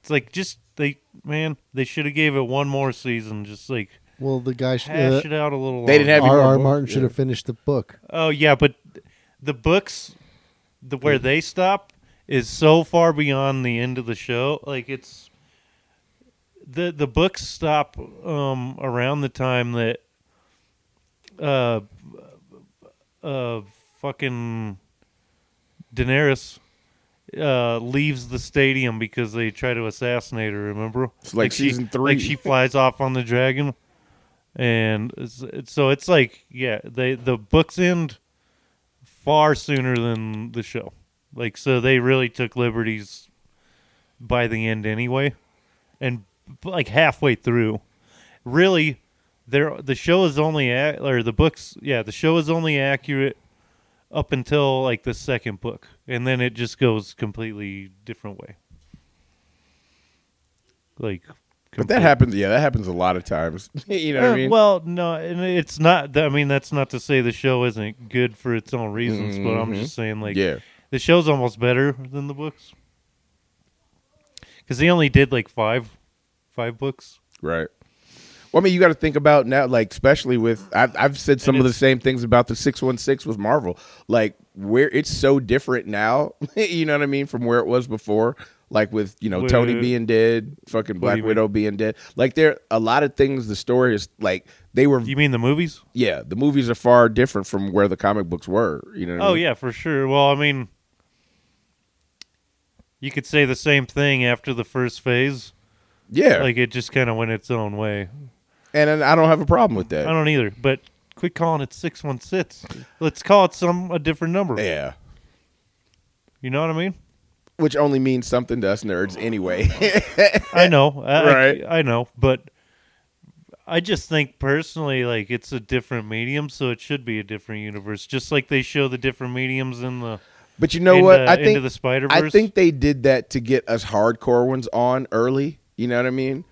It's like just they man, they should have gave it one more season. Just like Well, the guy, sh- hash uh, it out a little. They didn't have- R. more R. book, Martin yeah. should have finished the book. Oh yeah, but the books, the where they stop is so far beyond the end of the show. Like it's the the books stop um, around the time that uh uh fucking Daenerys uh leaves the stadium because they try to assassinate her remember It's like she- season three. like she flies off on the dragon and it's, it's- so it's like yeah they the books end far sooner than the show Like so they really took liberties by the end anyway. And like halfway through. Really there the show is only ac or the books yeah, the show is only accurate up until like the second book and then it just goes completely different way. Like But that happens. Yeah, that happens a lot of times. you know what I uh, mean? Well, no, and it's not. th- I mean, that's not to say the show isn't good for its own reasons, but I'm just saying, like, Mm-hmm. Yeah. the show's almost better than the books because they only did like five, five books. Right. Well, I mean, you got to think about now, like especially with I've, I've said some of the it's- same things about the six one six with Marvel, like where it's so different now. you know what I mean from where it was before, like with you know Wait, Tony wait, wait. being dead, fucking do Black you mean? Widow being dead. Like there, a lot of things. The story is like they were. You mean the movies? yeah, the movies are far different from where the comic books were. You know. What I Oh mean? yeah, for sure. Well, I mean, you could say the same thing after the first phase. yeah. Like it just kind of went its own way. and, and I don't have a problem with that. I don't either, but. Quit calling it six one six. Let's call it some a different number. Yeah. You know what I mean? Which only means something to us nerds anyway. I know, I, I- Right. I, know, but I just think personally, like it's a different medium, so it should be a different universe. Just like they show the different mediums in the But you know Into- what? I into think the Spider-Verse? I think they did that to get us hardcore ones on early. You know what I mean?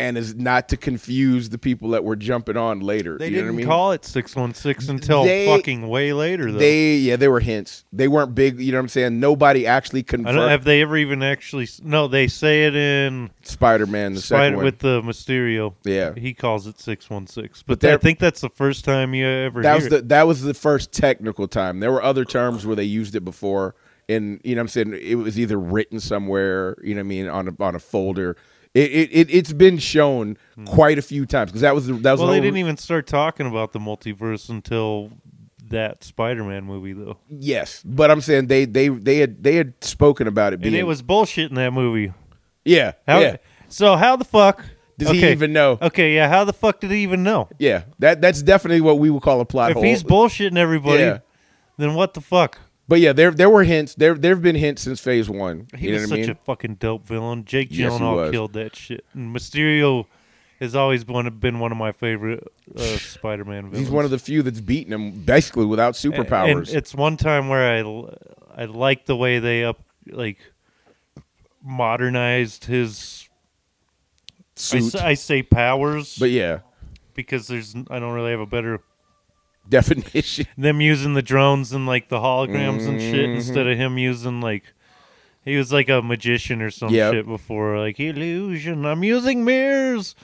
And is not to confuse the people that were jumping on later. they you didn't know what I mean? call it six one six until They- fucking way later. Though they yeah, they were hints. They weren't big. You know what I'm saying? Nobody actually I don't, confirmed have they ever even actually? s- No, they say it in Spider-Man the Spider second one. with the Mysterio. Yeah. he calls it six one six, But but I they're- think that's the first time you ever that hear was it. the that was the first technical time. There were other terms where they used it before, and you know what I'm saying it was either written somewhere, you know what I mean, on a, on a folder. It, it it it's been shown quite a few times because that was the, that was Hmm. Well, the they whole- didn't even start talking about the multiverse until that Spider-Man movie, though. Yes, but I'm saying they they they had they had spoken about it being and it was bullshit in that movie. yeah How, yeah So how the fuck Does he even know? Okay, yeah. How the fuck did he even know? yeah that that's definitely what we would call a plot If hole. he's bullshitting everybody, Yeah. then what the fuck? but yeah, there there were hints there there have been hints since phase one. He you know was what I such mean? a fucking dope villain. Jake Yes, he Gyllenhaal was. killed that shit. And Mysterio has always one, been one of my favorite uh, Spider-Man villains. he's one of the few that's beaten him basically without And- superpowers. And it's one time where I l- I like the way they up like modernized his. I, Suit. s- I say powers, but yeah, because there's n- I don't really have a better definition. them using the drones and like the holograms and shit Mm-hmm. instead of him using like he was like a magician or some Yep. shit before like illusion i'm using mirrors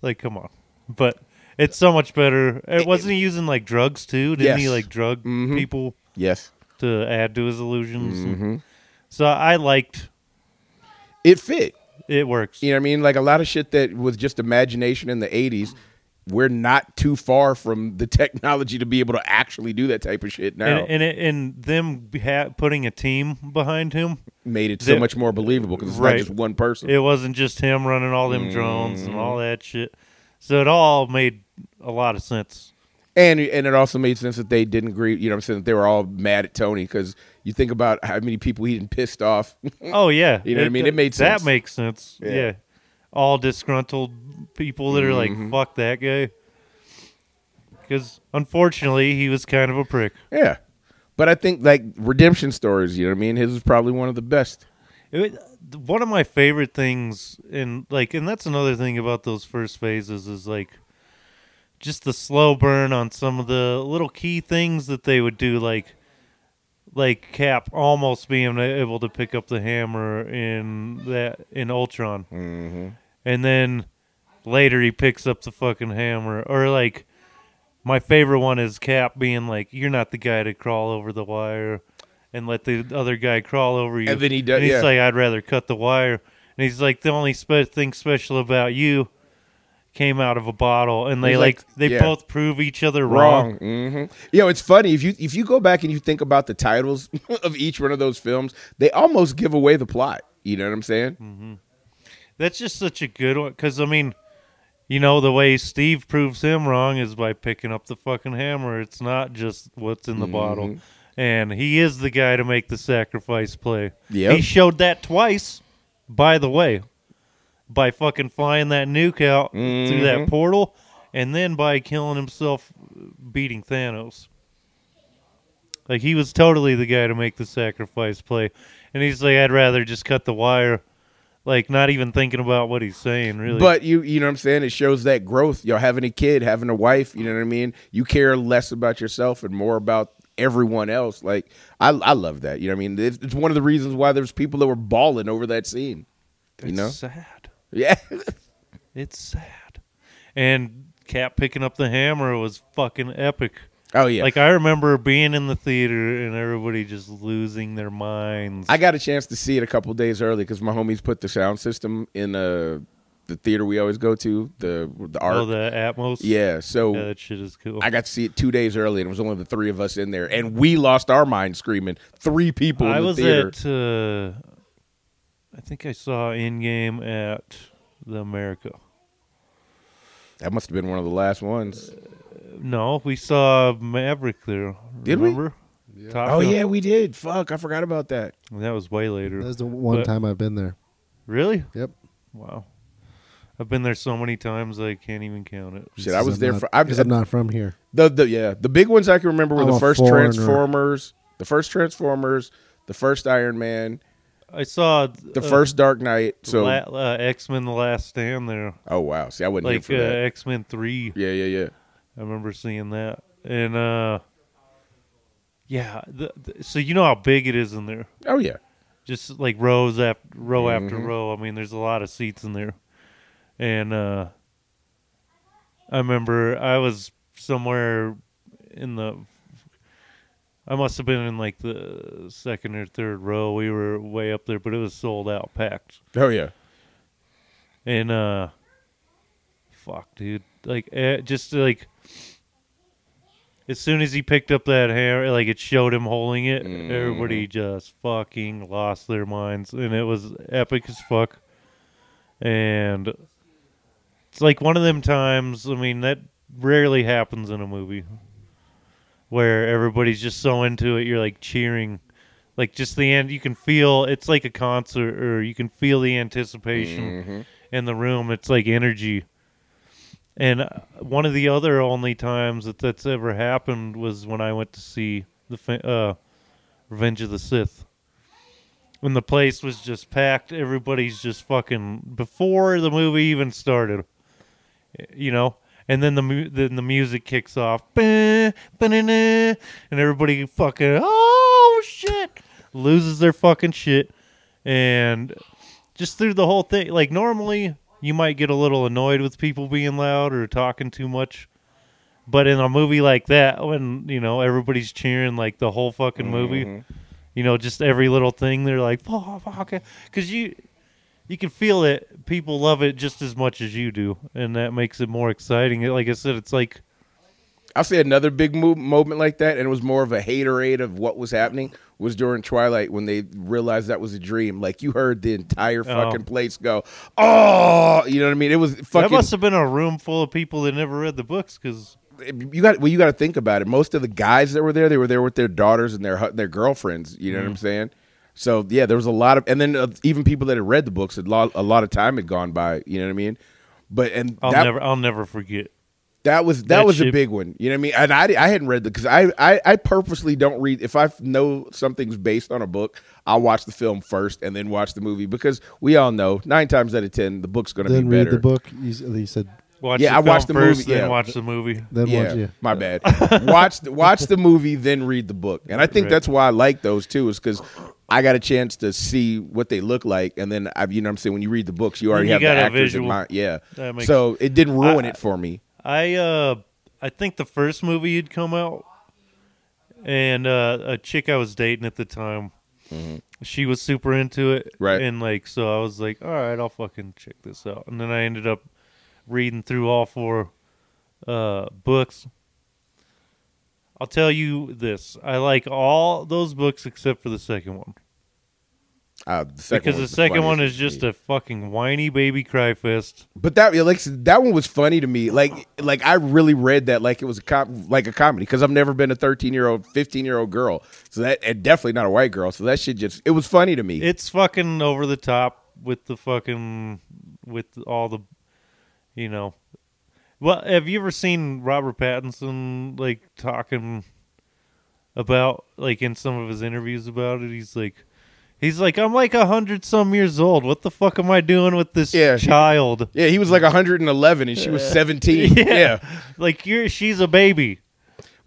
like come on but it's so much better it wasn't he using like drugs too didn't he Yes. Mm-hmm. like drug people Yes, to add to his illusions Mm-hmm. so i liked it fit. it works You know what I mean? Like a lot of shit that was just imagination in the '80s. We're not too far from the technology to be able to actually do that type of shit now. and, and, it, and them ha- putting a team behind him made it so The- much more believable because it's Right. not just one person. It wasn't just him running all them drones and Mm. all that shit. So it all made a lot of sense. and and it also made sense that they didn't agree. You know, what I'm saying that they were all mad at Tony because you think about how many people he did pissed off. Oh yeah, Mm. You know what I mean? It made sense. That makes sense. Yeah. Yeah. all disgruntled people that are Mm-hmm. like, "Fuck that guy," because unfortunately he was kind of a prick. yeah, but I think like redemption stories. You know what I mean? His is probably one of the best. It was- one of my favorite things, and like, and that's another thing about those first phases is like, just the slow burn on some of the little key things that they would do, like, like Cap almost being able to pick up the hammer in that in Ultron, mm-hmm. and then later he picks up the fucking hammer, or like. My favorite one is Cap being like, "You're not the guy to crawl over the wire, and let the other guy crawl over you." And then he does- he's yeah. like, "I'd rather cut the wire." And he's like, "The only spe- thing special about you came out of a bottle." And they He's like, like, they yeah. both prove each other wrong. Wrong. hmm You know, it's funny if you if you go back and you think about the titles of each one of those films, they almost give away the plot. You know what I'm saying? That's just such a good one because I mean, you know, the way Steve proves him wrong is by picking up the fucking hammer. It's not just what's in the bottle. Mm-hmm. and he is the guy to make the sacrifice play. Yep. He showed that twice, by the way, by fucking flying that nuke out through Mm-hmm. that portal, and then by killing himself, beating Thanos. Like he was totally the guy to make the sacrifice play, and he's like, I'd rather just cut the wire, like not even thinking about what he's saying really. But you, you know what I'm saying? It shows that growth. You know, having a kid, having a wife. You know what I mean? You care less about yourself and more about everyone else. Like I, I love that. You know what I mean? It's, it's one of the reasons why there's people that were bawling over that scene. it's know? sad. Yeah, It's sad. And Cap picking up the hammer was fucking epic. Oh yeah. Like I remember being in the theater and everybody just losing their minds. I got a chance to see it a couple days early because my homies put the sound system in uh, the theater we always go to. The the art. oh, the Atmos. yeah. So Yeah, that shit is cool. I got to see it two days early, and it was only the three of us in there, and we lost our mind screaming. Three people in I the was theater. at. Uh, I think I saw Endgame at the America. That must have been one of the last ones. No, we saw Maverick there. Did we? remember? we? Oh yeah, we did. Fuck, I forgot about that. that was way later. That's the one But- time I've been there. Really? Yep. Wow. I've been there so many times I can't even count it. Shit, I was I'm there not- for. I'm, because I'm not from here. the, the yeah the big ones I can remember were I'm the a first foreigner. Transformers, the first Transformers, the first Iron Man, I saw uh, the first Dark Knight. So La- uh, X Men: The Last Stand there, oh wow, see I wasn't like uh, here for that. X Men Three. Yeah, yeah, yeah. I remember seeing that, and uh, yeah. The, the, so you know how big it is in there, Oh yeah. just like rows after row after row. I mean, there's a lot of seats in there, and uh, I remember I was somewhere in the. I must have been in like the second or third row. We were way up there, but it was sold out, packed. Oh yeah. And uh fuck, dude. Like eh, just like as soon as he picked up that hammer, like it showed him holding it, everybody just fucking lost their minds and it was epic as fuck. And it's like one of them times, I mean, that rarely happens in a movie where everybody's just so into it, you're like cheering. Like just the end, you can feel it's like a concert, or you can feel the anticipation in the room. It's like energy. And uh, one of the other only times that that's ever happened was when I went to see the fa- uh, Revenge of the Sith. When the place was just packed, everybody's just fucking before the movie even started, you know. And then the mu- then the music kicks off, Bah, ba-na-na, and everybody fucking oh shit loses their fucking shit, and just through the whole thing. Like normally, you might get a little annoyed with people being loud or talking too much, but in a movie like that, when you know everybody's cheering like the whole fucking movie, Mm-hmm. you know, just every little thing, they're like, "Oh, fuck," because you you can feel it. People love it just as much as you do, and that makes it more exciting. It- Like I said, it's like I'll say another big move, moment like that, and it was more of a haterade of what was happening. Was during Twilight when they realized that was a dream. Like you heard the entire fucking place go, "Oh," you know what I mean? It was that fucking. must have been a room full of people that never read the books because. you got well, you got to think about it. Most of the guys that were there, they were there with their daughters and their hu- their girlfriends. You know what I'm Mm-hmm. saying? So yeah, there was a lot of, and then uh, even people that had read the books, a lot, a lot of time had gone by. You know what I mean? But and I'll that, never, I'll never forget. that was that, that was a shit- big one. You know what I mean? And I, I hadn't read the because I, I I purposely don't read if I know something's based on a book, I'll watch the film first and then watch the movie because we all know nine times out of ten the book's going to be Then better. read the book. You, s- you said Watch Yeah, the I film watched the first, movie, Then yeah. watch the movie. then yeah, watch you. my bad. watch the, watch the movie, then read the book, and I think Right. that's why I like those too, is because I got a chance to see what they look like, and then I, you know, what I'm saying when you read the books, you already you have the got a actors visual. in mind. Yeah, That makes- so it didn't ruin I- it for me. I uh I think the first movie had come out and uh a chick I was dating at the time she was super into it Mm-hmm. Right. and like so I was like all right I'll fucking check this out and then I ended up reading through all four uh books I'll tell you this I like all those books except for the second one Uh, the second because the one's second one funniest is to me. just a fucking whiny baby cry fest. But that yeah, like that one was funny to me. Like like I really read that like it was a com- like a comedy because I've never been a thirteen year old, fifteen year old girl. So that and definitely not a white girl. So that shit just it was funny to me. It's fucking over the top with the fucking with all the, you know. Well, have you ever seen Robert Pattinson like talking about like in some of his interviews about it? He's like, he's like, I'm like a hundred some years old. What the fuck am I doing with this Yeah. child? yeah, he was like 111 and she was 17. Yeah, Like you're, she's a baby.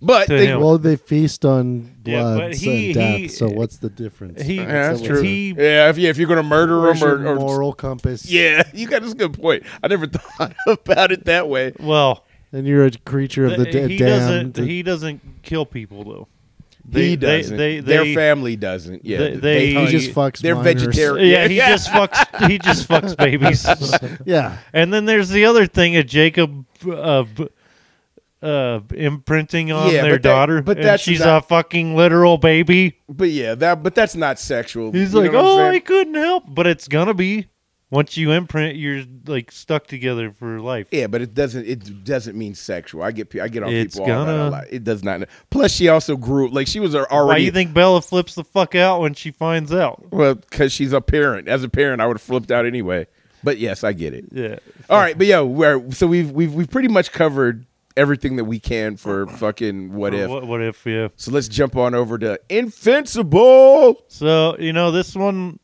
but To they- him. Well, they feast on Yeah, but blood he- and death, he- so what's the difference? He, yeah, that's So true. He, yeah, if, yeah, if you're gonna murder Where's him or, your or moral compass? yeah, you got this good point. I never thought about it that way. well, and you're a creature of the Th- da- Uh, he damned. doesn't he doesn't kill people though he doesn't. Their family doesn't. Yeah, they- they- he just you- fucks. They're minors. vegetarian. yeah he just fucks he just fucks babies Yeah, and then there's the other thing of jacob uh, b- uh, imprinting on Yeah, their but that- daughter but and that's she's not- a fucking literal baby But yeah, that but that's not sexual. he's You like know what I'm oh saying? i couldn't help but it's gonna be once you imprint you're like stuck together for life Yeah, but it doesn't. It doesn't mean sexual. I get. pe- I get on It's people all that a gonna. lot. It does not. Plus, she also grew. Like she was a- already. why do you think bella flips the fuck out when she finds out Well, because she's a parent. As a parent, I would have flipped out anyway. But yes, I get it. yeah All right, but yeah, we're so we've we've we've pretty much covered everything that we can for fucking what if. what, what if yeah So let's jump on over to invincible. So you know this one,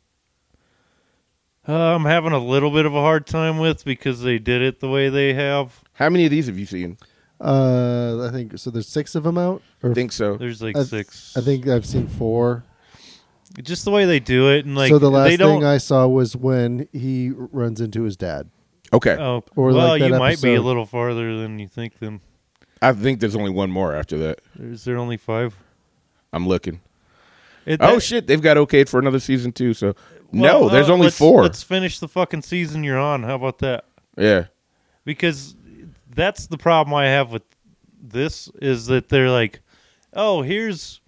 uh, I'm having a little bit of a hard time with because they did it the way they have. How many of these have you seen? uh, I think so. There's six of them out. Or I think so. There's like I- six. I think I've seen four. just the way they do it, and like so the last they don't. thing I saw was when he runs into his dad. Okay, oh, or well, like you that might be a episode. little farther than you think. Then I think there's only one more after that. is there only five? I'm looking. It- Oh that- shit, they've got okayed for another season too. So well, no, there's uh, only let's- 4 Let's finish the fucking season you're on. How about that? yeah. because that's the problem I have with this is that they're like, oh, here's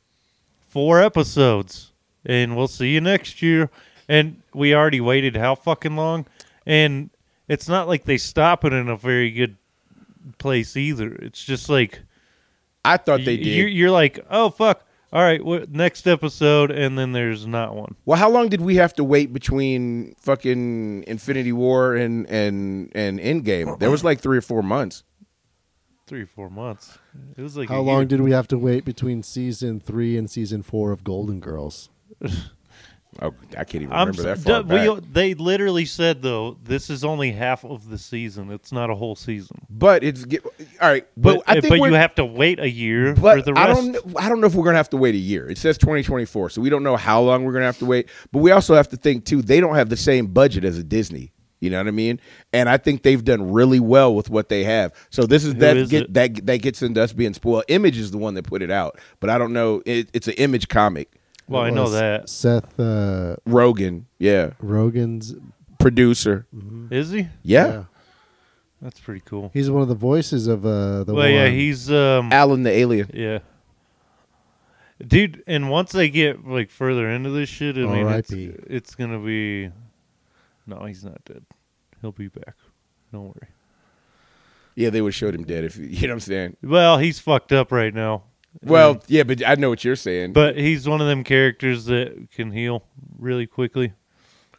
four episodes, and we'll see you next year. And we already waited how fucking long, and it's not like they stop it in a very good place either. It's just like I thought they y- did. You're, you're like, oh fuck, all right, what next episode? And then there's not one. well, how long did we have to wait between fucking Infinity War and and and Endgame? There was like three or four months. Three, four months. It was like How a long year. did we have to wait between season three and season four of Golden Girls? Oh, I can't even I'm remember that so- far duh, we- back. they literally said though this is only half of the season. It's not a whole season. But it's get, all right. But, I think but we're, you have to wait a year for But the I rest. don't. kn- I don't know if we're gonna have to wait a year. It says 2024, so we don't know how long we're gonna have to wait. But we also have to think too. They don't have the same budget as a Disney. You know what I mean? And I think they've done really well with what they have. So this is that is get, it? that that gets into us being spoiled. Image is the one that put it out, but I don't know. It, it's an Image comic. well, I know Was that. Seth uh, Rogan, yeah, Rogen's. producer, Is he? yeah. That's pretty cool. He's one of the voices of uh, the well, yeah, one- he's um, Alan the Alien. yeah, dude. And once they get like further into this shit, I mean, it's, R.I.P.. it's gonna be. No, he's not dead. He'll be back. Don't worry. Yeah, they would have showed him dead if you know what I'm saying. Well, he's fucked up right now. Well, yeah, but I know what you're saying. But he's one of them characters that can heal really quickly,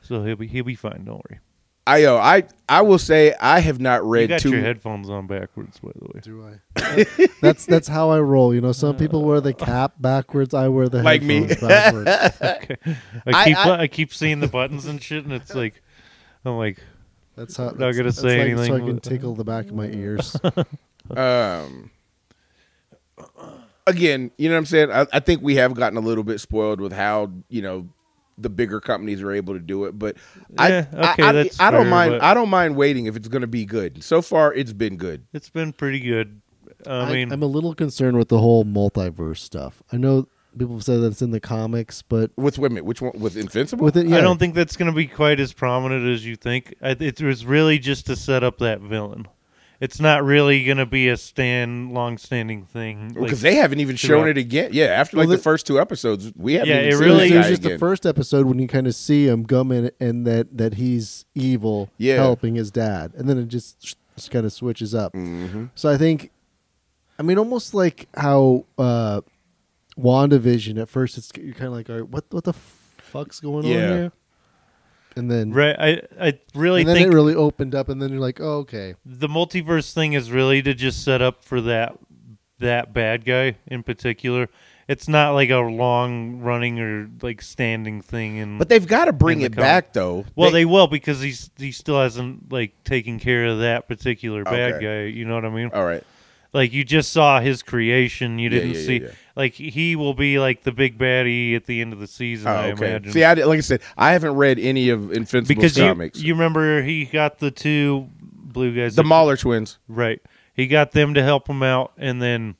so he'll be he'll be fine. Don't worry. I yo, I I will say I have not You read got too. your headphones on backwards, by the way. Do I? that's that's how I roll. You know, some people wear the cap backwards. I wear the Like me. headphones backwards. I I- keep I- I, keep seeing the buttons and shit, and it's like I'm like That's how. Not gonna that's- say that's like anything. So I can tickle the back of my ears. Um, again, you know what I'm saying. I, I think we have gotten a little bit spoiled with how you know the bigger companies are able to do it, but I, Yeah, I- okay, I, that's I don't fair, mind. but- I don't mind waiting if it's going to be good. So far, it's been good. it's been pretty good. I, I mean, am a little concerned with the whole multiverse stuff. I know people have said that it's in the comics, but With women, which one with Invincible? with it, yeah, I don't think that's going to be quite as prominent as you think. I, it was really just to set up that villain, it's not really gonna be a stand long-standing thing. because Like, they haven't even shown throughout- it again. Yeah, after like the Well, the- first two episodes, we haven't. Yeah, even it seen really- this it was guy just the again. first episode when you kind of see him gumming and that that he's evil, Yeah. helping his dad, and then it just, just kind of switches up. Mm-hmm. So I think, I mean, almost like how uh, WandaVision at first, it's you're kind of like, all right, what what the fuck's going Yeah. on here? And then, right? I I really and then think it really opened up, and then you're like, oh okay, the multiverse thing is really to just set up for that that bad guy in particular. It's not like a long running or like standing thing. And But they've got to bring In the it comic. back though. well, they, will because he's he still hasn't like taken care of that particular bad Okay. guy. You know what I mean? all right. Like you just saw his creation. You Yeah, didn't yeah, yeah, see yeah. like he will be like the big baddie at the end of the season. Oh, I okay. imagine. See, I, did- like I said, I haven't read any of Invincible's because you, comics. you remember he got the two blue guys the that- Mahler twins. right he got them to help him out and then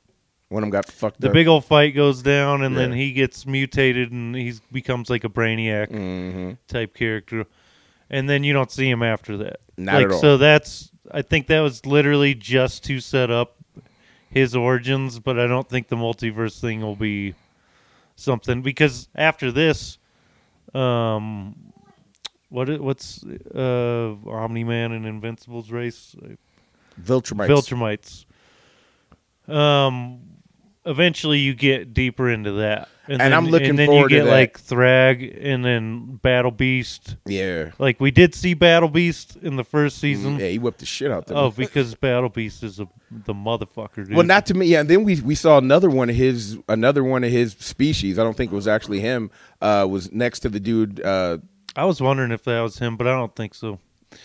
One of them got fucked the up. big old fight goes down and then Yeah. he gets mutated and he becomes like a brainiac Mm-hmm. type character and then you don't see him after that Not like at all. so that's i think that was literally just to set up his origins but i don't think the multiverse thing will be something because after this um what i- what's uh omni-man and invincible's race Viltrumites. Viltrumites. Um, eventually you get deeper into that, And I'm looking and then forward to you get that. like Thrag, and then Battle Beast. Yeah. Like we did see Battle Beast in the first season. Mm, Yeah, he whipped the shit out there. Mm-hmm. Oh, because Battle Beast is a, the motherfucker. Dude. Well, not to me. Yeah, and then we we saw another one of his another one of his species. I don't think it was actually him. Uh, was next to the dude. Uh, I was wondering if that was him, but I don't think so. but,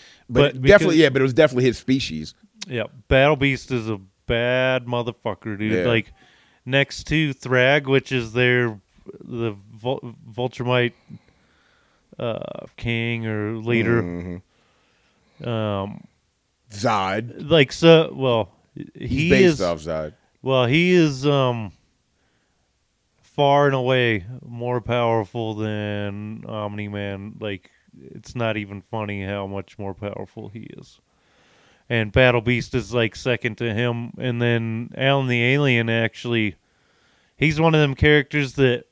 But definitely, because- yeah. But it was definitely his species. Yeah, Battle Beast is a bad motherfucker, dude. Yeah. Like next to Thrag, which is their the Vul- Vultramite uh, king or leader. Mm-hmm. Um, Zod. like so, well, He's he based is. off Zod. Well, he is um far and away more powerful than Omni Man. Like it's not even funny how much more powerful he is. And Battle Beast is like second to him, and then Alan the Alien actually, he's one of them characters that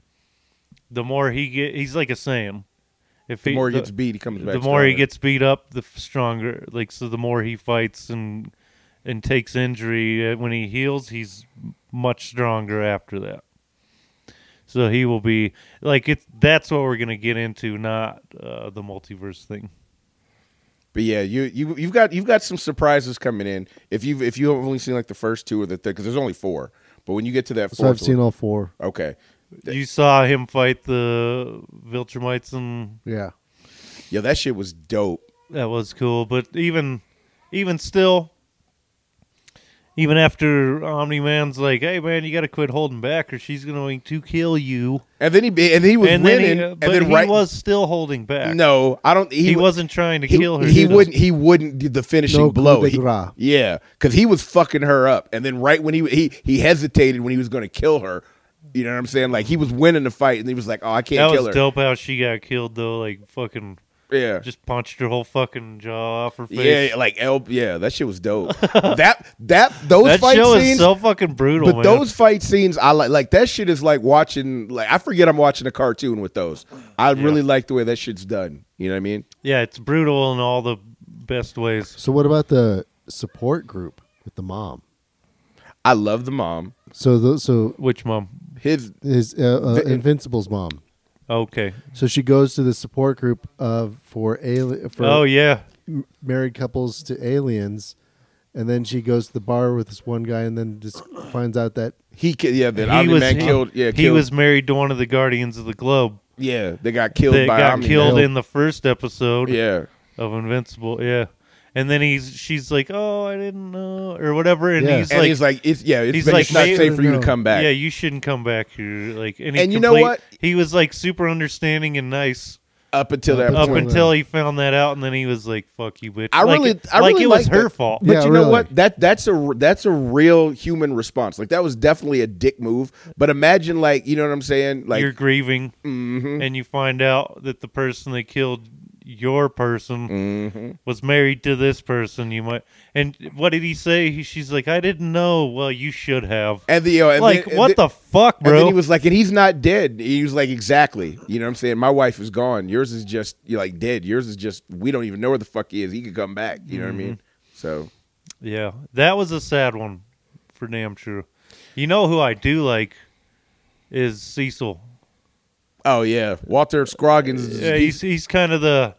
the more he get, he's like a Sam. If The he- more he gets beat, he comes back. the more he stronger. gets beat up, the f- stronger. Like so, the more he fights and and takes injury. uh, When he heals, he's m- much stronger after that. So he will be like it. That's what we're gonna get into, not uh, the multiverse thing. But yeah, you you you've got you've got some surprises coming in. If you have if you have only seen like the first two or the third, because there's only four. But when you get to that, fourth so I've seen one- all four. okay, You saw him fight the Viltrumites, and Yeah, yeah, that shit was dope. that was cool. But even even still. Even after Omni Man's like, "Hey man, you got to quit holding back, or she's going to kill you." And then he be- and he was and winning, then he, uh, and but then he right was still holding back. no, I don't. he, wa- wasn't trying to He, kill her. he dude. wouldn't. He wouldn't do the finishing No coup blow. de He- grace. yeah, because he was fucking her up, and then right when he he he hesitated when he was going to kill her. You know what I'm saying? Like he was winning the fight, and he was like, "Oh, I can't That kill was her." dope how she got killed though. Like fucking, Yeah, just punched her whole fucking jaw off her face. yeah, yeah, like El. Yeah, that shit was dope. that that those that fight show scenes. is so fucking brutal. But man. those fight scenes, I like. Like that shit is like watching. Like I forget I'm watching a cartoon with those. I really like the way that shit's done. You know what I mean? yeah, it's brutal in all the best ways. So what about the support group with the mom? I love the mom. So the, so Which mom? His his uh, uh, The- Invincible's mom. Okay. So she goes to the support group of for ali- for oh yeah, m- married couples to aliens, and then she goes to the bar with this one guy, and then just finds out that he ki- yeah that he Omni was Man he- killed yeah he killed, was married to one of the Guardians of the Globe yeah they got killed that by got Omni-Man. killed in the first episode. yeah of Invincible. Yeah. And then he's she's like, oh, I didn't know, or whatever, and Yeah. he's and like, he's like it's yeah it's, he's but like, it's not "Maybe- safe for you to come back Yeah, you shouldn't come back here. Like, and, he And you know complete- what? He was like super understanding and nice up until that up point. until until he found that out, and then he was like, "Fuck you, bitch." I like, really- it- I like really it was like her that. fault. But Yeah, you know really. what? That that's a that's a real human response. Like that was definitely a dick move. But imagine like Mm-hmm. you know what I'm saying? Like You're grieving, and you find out that the person that killed your person Mm-hmm. was married to this person. You might. And what did he say? He, she's like, I didn't know. Well, you should have. And the, uh, and like, then- and what then- the fuck, And then bro? he was like, and he's not dead. He was like, exactly. You know what I'm saying? My wife is gone. Yours is just you like dead. Yours is just we don't even know where the fuck he is. He could come back. You know what I mean? Mm-hmm. So yeah, that was a sad one for damn sure. You know who I do like is Cecil. Oh yeah. Walter Scroggins is Yeah, he's he's kind of the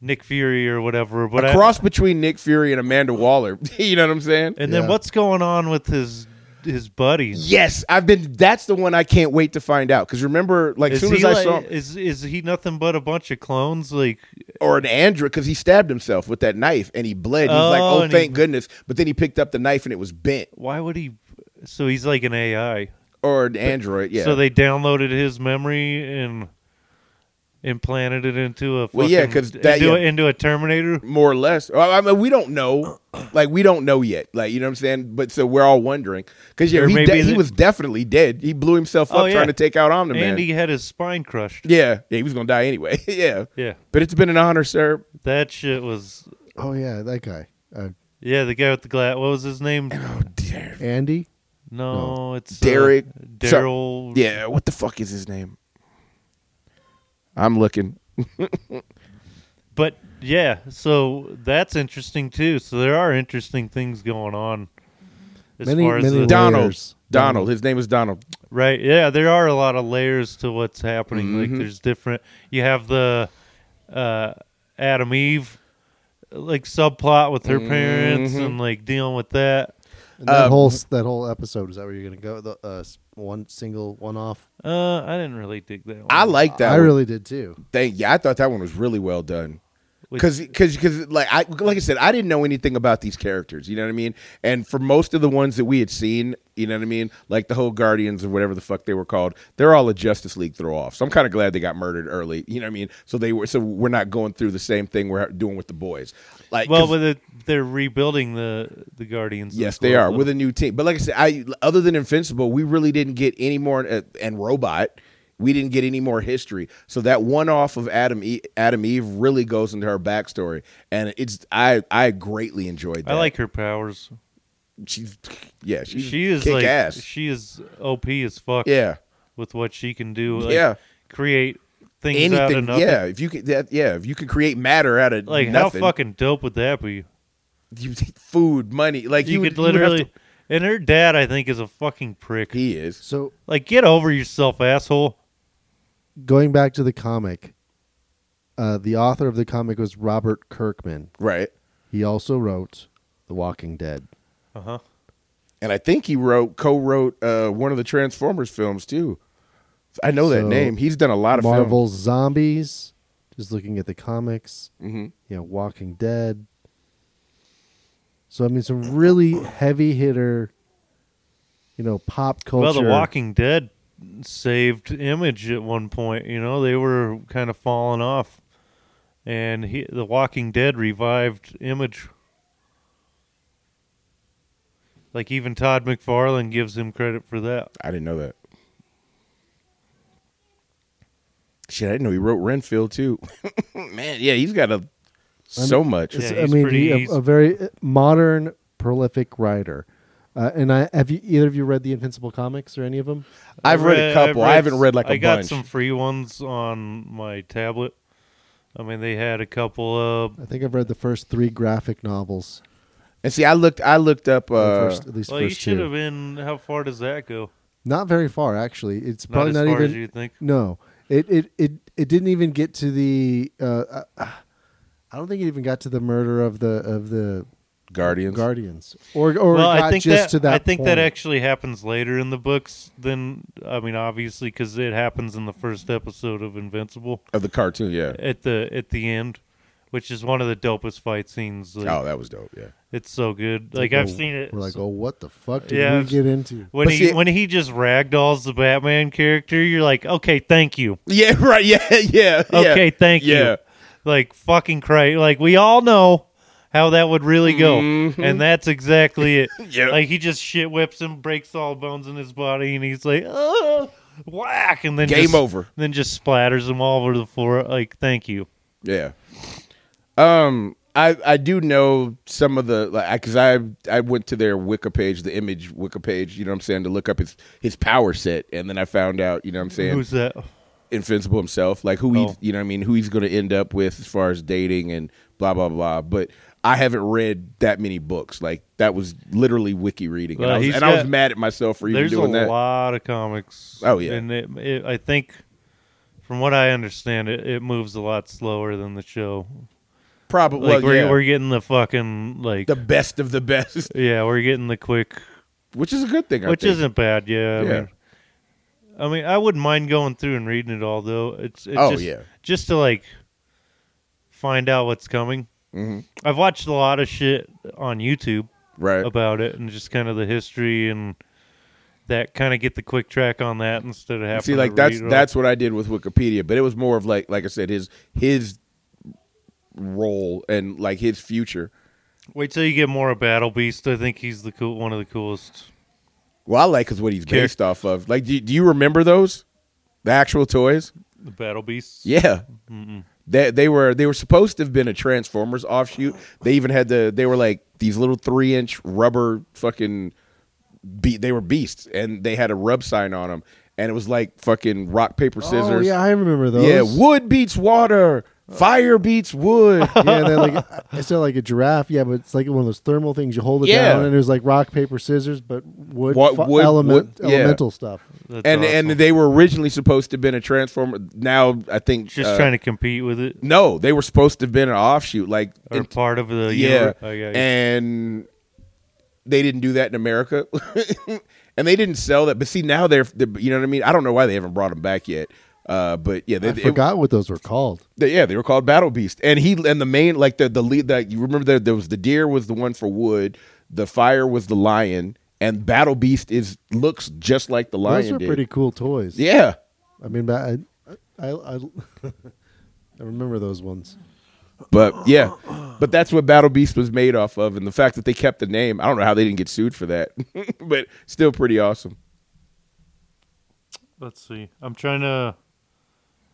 Nick Fury or whatever. But a I- cross between Nick Fury and Amanda Waller. you know what I'm saying? and then Yeah. what's going on with his his buddies? Yes, I've been that's the one I can't wait to find out. Because remember, like as Is soon as he I like- saw is is he nothing but a bunch of clones? Like or an android because he stabbed himself with that knife and he bled. He's like, Oh, oh, and thank he- goodness. But then he picked up the knife and it was bent why would he? So he's like an AI. or an android. Yeah. So they downloaded his memory and implanted it into a fucking, Well, yeah, 'cause that- into, a- yeah. into a Terminator. more or less. Oh, I mean, we don't know. Like we don't know yet. Like you know what I'm saying. But so we're all wondering because yeah, Or he, maybe de- he the- was definitely dead. He blew himself up Oh, yeah. trying to take out Omni Man. And he had his spine crushed. Yeah, yeah, he was gonna die anyway. yeah, Yeah, but it's been an honor, sir. that shit was. Oh yeah, that guy, uh, Yeah, the guy with the glass. What was his name? Oh, Andy. No, it's uh, uh, Derek- Daryl. Yeah, what the fuck is his name? I'm looking. But yeah, so that's interesting too. So there are interesting things going on. As Many- far as many the- layers. Donald. Donald. His name is Donald. Right. Yeah, there are a lot of layers to what's happening. Mm-hmm. Like there's different you have the uh Adam Eve like subplot with her parents Mm-hmm. and like dealing with that. And that Um, whole that whole episode is that where you're gonna go? The uh, s- one single one off. Uh I didn't really dig that one. I like that. I one. really did too. Thank yeah, I thought that one was really well done. Which- Because, because, like I, like I said, I didn't know anything about these characters. You know what I mean? And for most of the ones that we had seen, you know what I mean, like the whole Guardians or whatever the fuck they were called, they're all a Justice League throw off. So I'm kind of glad they got murdered early. You know what I mean? So they were, so we're not going through the same thing we're doing with the boys. Like, Well, 'cause- with it, they're rebuilding the the Guardians. of the Yes, they are Colosseum. with a new team. But like I said, I other than Invincible, we really didn't get any more. Uh, and Robot, we didn't get any more history. So that one off of Adam e, Adam Eve really goes into her backstory, and it's I I greatly enjoyed that. I like her powers. she's yeah she's She is kick like ass. she is OP as fuck. yeah, with what she can do. Like, Yeah. create things out of anything. nothing. Yeah, if you could that yeah if you could create matter out of Like nothing, how fucking dope would that be? you food money like you, would- could would have literally. to- and her dad, I think, is a fucking prick. he is So like, get over yourself, asshole. going back to the comic, uh, the author of the comic was Robert Kirkman. right, He also wrote The Walking Dead. Uh Uh-huh. huh. and I think he wrote co-wrote uh, one of the Transformers films too. I know that So, name. He's done a lot of films. Marvel's zombies. Just looking at the comics, Mhm. you know, Walking Dead. So I mean, some really heavy hitter, you know, pop culture. Well, The Walking Dead saved Image at one point. You know, they were kind of falling off, and he, The Walking Dead revived Image. Like even Todd McFarlane gives him credit for that. I didn't know that. Shit, I didn't know he wrote Renfield too. Man, yeah, he's got a so much. Yeah, It's- I he's mean, pretty- he- he's- a, a very uh, modern, prolific writer. Uh, and I have you either of you read the Invincible comics or any of them? I've read a I've couple. I haven't read like a I got bunch. some free ones on my tablet. I mean, they had a couple of I think I've read the first three graphic novels. And see, I looked. I looked up. or Uh, first, at least Well, you first should two. have been. How far does that go? Not very far, actually. It's Not probably as not, far even. as you think. No, it it it it didn't even get to the. Uh, uh, I don't think it even got to the murder of the of the Guardians. guardians, or or well, got I think just that to that. I think point. that actually happens later in the books. Than I mean, obviously, because it happens in the first episode of Invincible of the cartoon. Yeah. at the at the end, which is one of the dopest fight scenes. Like, Oh, that was dope. Yeah. It's so good. It's Like, I've oh, seen it. We're like, oh, what the fuck did Yeah. we get into? when But he see- when he just ragdolls the Batman character, you're like, okay, thank you. Yeah. Right. Yeah. Yeah. yeah. Okay, thank Yeah. you. Like fucking Christ. Like we all know how that would really go, Mm-hmm. and that's exactly it. Yeah. Like he just shit whips him, breaks all bones in his body, and he's like, oh, whack, and then Game just- over. Then just splatters him all over the floor. Like, thank you. Yeah. Um, I I do know some of the like because I I went to their Wiki page, the image Wiki page. You know what I'm saying to look up his his power set, and then I found out. You know what I'm saying Who's that? Invincible himself, like who Oh. he, you know, what I mean, who he's going to end up with as far as dating and blah blah blah. But I haven't read that many books. Like that was literally wiki reading, Well, and, I was, he's and I was got- mad at myself for even There's a doing that. lot of comics. Oh, yeah. and it, it, I think, from what I understand, it, it moves a lot slower than the show. Probably, Like well, we're yeah, we're getting the fucking like the best of the best, yeah we're getting the quick, which is a good thing. I which think. isn't bad. Yeah, Yeah. I mean, I mean, I wouldn't mind going through and reading it all though. It's, it's Oh, just, yeah. just to like find out what's coming. Mhm. I've watched a lot of shit on YouTube right. about it and just kind of the history and that kind of get the quick track on that instead of having See, to like that's read it all. that's what I did with Wikipedia, but it was more of like, like I said, his his role and like his future. wait till you get more of battle beast i think he's the cool one of the coolest Well, I like is what he's Char- based off of. Like, do, do you remember those, the actual toys? the battle beasts Yeah, they they were they were supposed to have been a Transformers offshoot. They even had the they were like these little three inch rubber fucking be they were beasts, and they had a rub sign on them, and it was like fucking rock paper Oh, scissors. yeah, I remember those. yeah, wood beats water. Fire beats wood. yeah, they like it's not like a giraffe, yeah, but it's like one of those thermal things. You hold it Yeah. down, and it was like rock, paper, scissors, but wood, What- fu- wood- element, wood- yeah. elemental stuff. That's and and awesome. they were originally supposed to have been a transformer. Now I think just uh, trying to compete with it No, they were supposed to have been an offshoot, like or in- part of the yeah, universe. I guess. and they didn't do that in America, and they didn't sell that. But see, now they're, they're you know what I mean. I don't know why they haven't brought them back yet. Uh, but yeah, they, I it- forgot what those were called. they- yeah, they were called Battle Beast, and he and the main like the the lead that you remember that there was the deer was the one for wood, the fire was the lion, and Battle Beast is looks just like the lion. Those are did. pretty cool toys. Yeah, I mean, but I, I, I, I remember those ones. But yeah, but that's what Battle Beast was made off of, and the fact that they kept the name. I don't know how they didn't get sued for that, but still pretty awesome. let's see. I'm trying to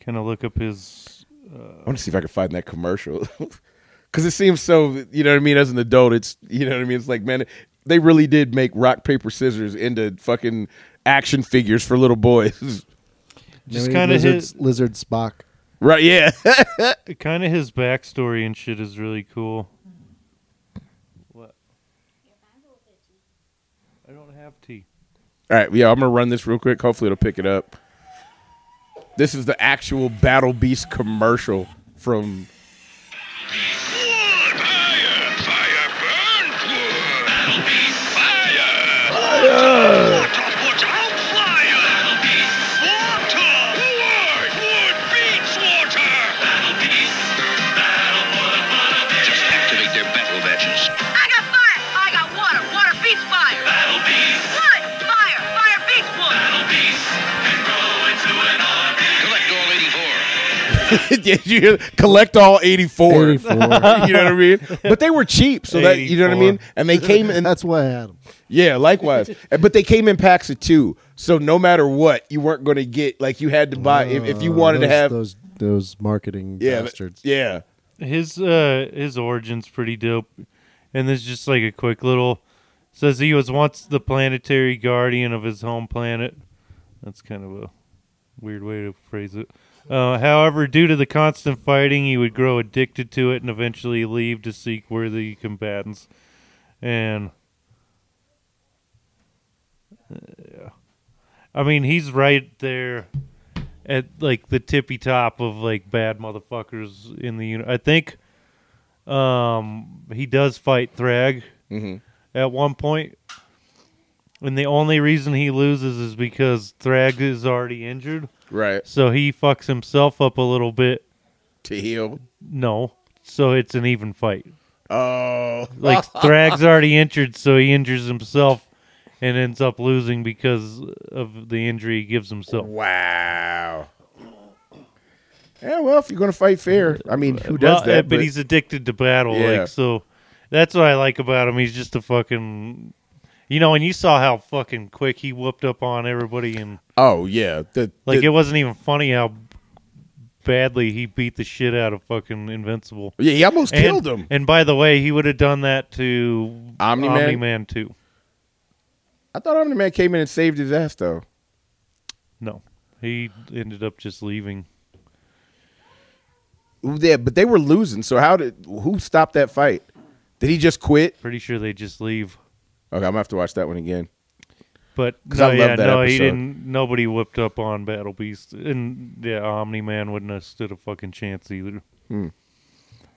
kind of look up his. I want to see if I can find that commercial because it seems so. You know what I mean? As an adult, it's you know what I mean. It's like man, they really did make rock paper scissors into fucking action figures for little boys, Just Maybe kind of lizards- his, lizard Spock. right? Yeah, kind of his backstory and shit is really cool. What? I don't have tea. All right, yeah, I'm gonna run this real quick. Hopefully, it'll pick it up. This is the actual Battle Beast commercial from. I got fire. I got water. Water beats fire. Battle beats. Wood. Fire. Fire beats wood. Battle beats. And grow into an army. Collect all 84. Did you hear- collect all 84. 84. you know what I mean? But they were cheap, so that you know what I 84. mean. And they came in, That's why I had them. yeah, likewise. And- But they came in packs of two, so no matter what, you weren't going to get like you had to buy Uh, if, if you wanted to those, have those those marketing yeah, bastards. yeah, His uh his origin's pretty dope, and there's just like a quick little. Says he was once the planetary guardian of his home planet. That's kind of a weird way to phrase it. Uh, however, due to the constant fighting, he would grow addicted to it and eventually leave to seek worthy combatants. And uh, yeah, I mean he's right there at like the tippy top of like bad motherfuckers in the uni- I think um he does fight Thrag at one point. And the only reason he loses is because Thrag is already injured. right So he fucks himself up a little bit. to heal. No. So it's an even fight. Oh, Like Thrag's already injured, so he injures himself and ends up losing because of the injury he gives himself. wow. Yeah, well, if you're going to fight fair, I mean, who does Well, that? uh, But, he's addicted to battle, Yeah. like so. That's what I like about him. He's just a fucking, you know. And you saw how fucking quick he whooped up on everybody, and oh yeah, the, like the- it wasn't even funny how badly he beat the shit out of fucking Invincible. Yeah, he almost And- killed him. And by the way, he would have done that to Omni-Man? Omni-Man too. I thought Omni Man came in and saved his ass though. No, he ended up just leaving. Ooh, Yeah, but they were losing. So how did who stopped that fight? Did he just quit? Pretty sure they just leave. Okay, I'm gonna have to watch that one again. But 'Cause no, I love yeah, that no, he episode. didn't. Nobody whipped up on Battle Beast, and yeah, Omni Man wouldn't have stood a fucking chance either. Hmm.